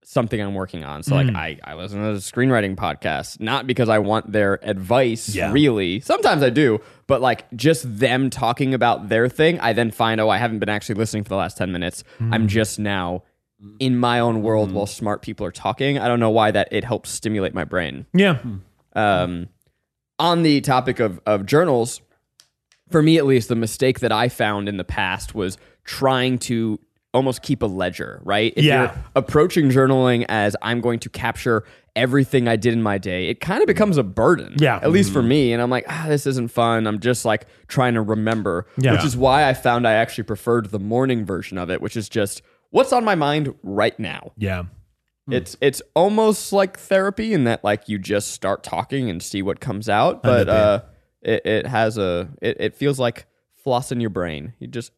something I'm working on. So like I, I listen to the screenwriting podcast, not because I want their advice
Yeah.
really. Sometimes I do, but like just them talking about their thing, I then find, oh, I haven't been actually listening for the last 10 minutes. I'm just now in my own
Mm-hmm.
world while smart people are talking. I don't know why that it helps stimulate my brain.
Yeah.
Um, on the topic of, of journals, for me at least, the mistake that I found in the past was trying to almost keep a ledger, right? If
Yeah.
you're approaching journaling as I'm going to capture everything I did in my day, it kind of becomes a burden.
Yeah. Mm-hmm.
At least for me. And I'm like, ah, this isn't fun. I'm just like trying to remember,
Yeah.
which is why I found I actually preferred the morning version of it, which is just what's on my mind right now.
Yeah. Hmm.
It's it's almost like therapy in that like you just start talking and see what comes out, but
that
uh, it, it has a it, it feels like flossing your brain. You just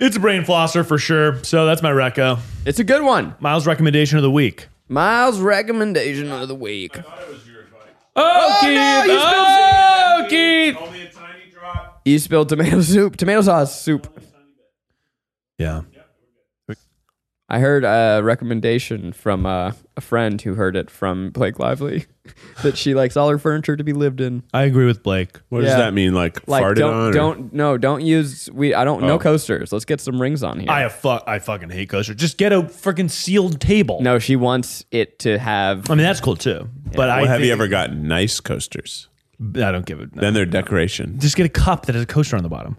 It's a brain flosser for sure. So that's my reco.
it's a good one.
Miles' recommendation of the week.
Miles recommendation of the week.
Oh, Keith.
you spilled
oh, Keith.
Only a tiny drop.
You spilled tomato soup, tomato sauce soup.
Yeah.
I heard a recommendation from uh, a friend who heard it from Blake Lively that she likes all her furniture to be lived in.
I agree with Blake.
What
Yeah.
does that mean? Like,
Like
farted
don't
on? or- Oh.
don't no don't use we I don't no coasters. Let's get some rings on here.
I have fuck. I fucking hate kosher. Just get a freaking sealed table.
no, she wants it to have
I mean that's cool too. But I
Well, have you
think-
ever gotten nice coasters?
I don't give a.
Then they're decoration.
Just get a cup that has a coaster on the bottom.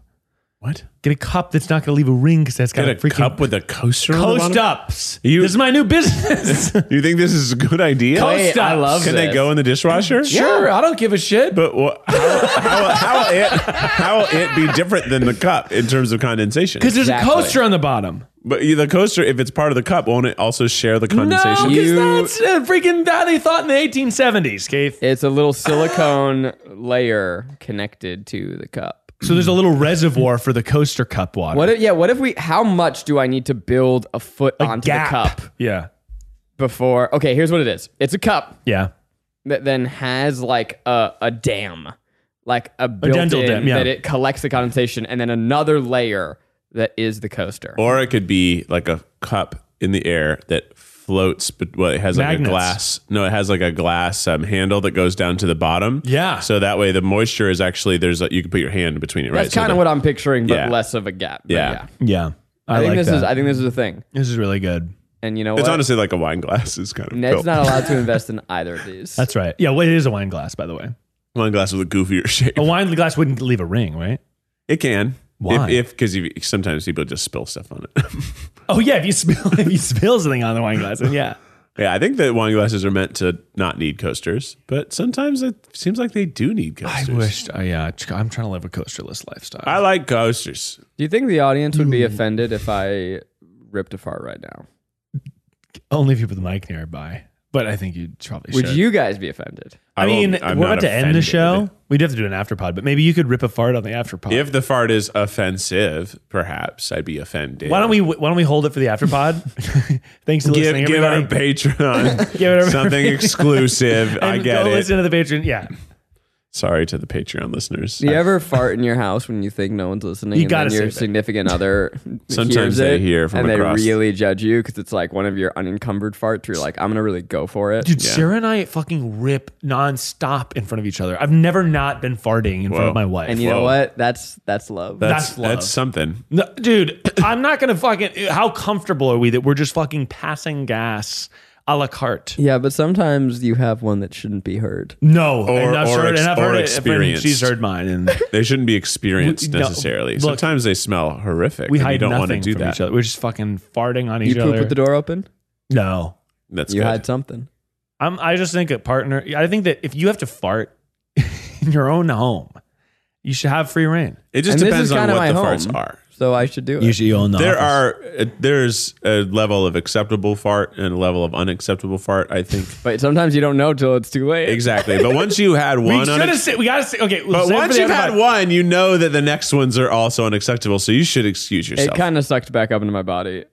What?
Get a cup that's not going to leave a ring because that's got
Get
a,
a
freaking
cup with a coaster. on the
coast
bottom?
ups.
You-
this is my new business.
You think this is a good idea?
Coast
Wait, I
ups.
love
Can they
this.
go in the dishwasher?
sure, I don't give a shit.
But wha- how, how, how, will it, how will it be different than the cup in terms of condensation?
Because there's
Exactly.
a coaster on the bottom.
But the coaster, if it's part of the cup, won't it also share the
No,
condensation?
because
You-
that's uh, freaking how they thought in the 1870s, Keith.
It's a little silicone layer connected to the cup.
So there's a little reservoir for the coaster cup water.
What if, yeah, what if we how much do I need to build a foot onto
Gap.
the cup
Yeah,
before Okay, here's what it is. It's a cup
yeah.
that then has like a, a dam, like a built-in
dental dam, yeah.
that it collects the condensation and then another layer that is the coaster.
Or it could be like a cup in the air that floats, but well, it has like
Magnets.
a glass. No, it has like a glass um, handle that goes down to the bottom.
Yeah.
So that way the moisture is actually there's like you can put your hand between it, right?
That's kind of
so
what I'm picturing but
Yeah.
less of a gap. But
Yeah.
Yeah, I,
I, think
like
this
that.
is I think this is a thing.
this is really good.
And you know
the, it's
what?
honestly like a wine glass. It's kind of
Ned's
built.
not allowed to invest in either of these.
That's right. Yeah, well, it is a wine glass, by the way.
wine glass with a goofier shape.
A wine glass wouldn't leave a ring, right?
It can.
Why?
If because sometimes people just spill stuff on it.
Oh yeah, if you spill if you spill something on the wine glass, then yeah.
yeah, I think that wine glasses are meant to not need coasters, but sometimes it seems like they do need coasters.
Uh, yeah, I'm trying to live a coasterless lifestyle.
I like coasters.
Do you think the audience would
Hmm.
be offended if I ripped a fart right now?
Only if you put the mic nearby. But I think you probably
Would
should.
you guys be offended?
I
I mean,
won't- I'm
we're
not
about to end the
offended.
show. We'd have to do an after pod, but maybe you could rip a fart on the after pod.
If the fart is offensive, perhaps I'd be offended.
why don't we why don't we hold it for the after pod? Thanks for
give,
listening.
give our
everybody.
Patreon
Give it a-
something exclusive? I
And
get
go
it.
listen to the patron. Yeah.
Sorry to the Patreon listeners.
Do you ever fart in your house when you think no one's listening?
You
and
gotta
then your
save it.
significant other
Sometimes
hears
they
it,
hear from
and
across-
they really judge you because it's like one of your unencumbered farts. Where you're like, I'm gonna really go for it.
Dude, Sarah and I fucking rip nonstop in front of each other. I've never not been farting in front
Whoa.
of my wife.
and you know
whoa.
what? That's that's love.
that's
that's love.
that's something.
No, dude, I'm not gonna fucking. How comfortable are we that we're just fucking passing gas a la carte?
yeah, but sometimes you have one that shouldn't be heard.
No,
Or-
and I've
or
heard,
ex-
and I've
or
heard it, and she's
experienced.
heard mine, and
They shouldn't be experienced
We- no,
necessarily.
look,
Sometimes they smell horrific.
we
and you
hide
don't want to
nothing
do
from
that.
each other. We're just fucking farting on each
You
other.
poop with the door open.
No,
That's
you
good.
hide something.
I'm. I just think a partner. I think that if you have to fart in your own home, you should have free reign.
it just
And this
depends
is
on
kinda
what the
my
farts
home.
are.
So I should do it.
should own the.
There are uh, there's a level of acceptable fart and a level of unacceptable fart. I think
But sometimes you don't know till it's too late.
exactly. But once you had
We
one,
should
unac-
have. said- We gotta. Say, okay,
but once you've had one, you know that the next ones are also unacceptable. So you should excuse yourself.
It kind of sucked back up into my body.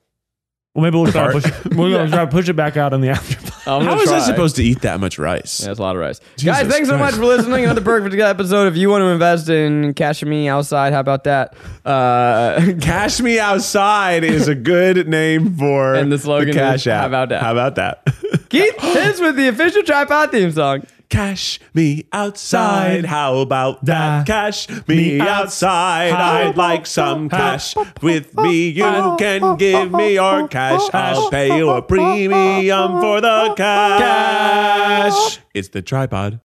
well, maybe we'll try to push. We're gonna try to push it back out on the after.
I'm
How
gonna
is
try.
I supposed to eat that much rice?
Yeah, that's a lot of rice.
Jesus
Guys, thanks so much
Christ.
for listening. Another perfect episode. If you want to invest in cashing me outside, how about that? Uh,
Cash Me Outside is a good name for
And the slogan is,
Cash App.
"How about that?"
How about that?
Keith hits with the official tripod theme song.
Cash me outside. How about that?
That.
Cash me
Me
outside.
outside.
I'd like some
How-
cash with me. You can give me your cash. I'll pay you a premium for the cash. It's the tripod.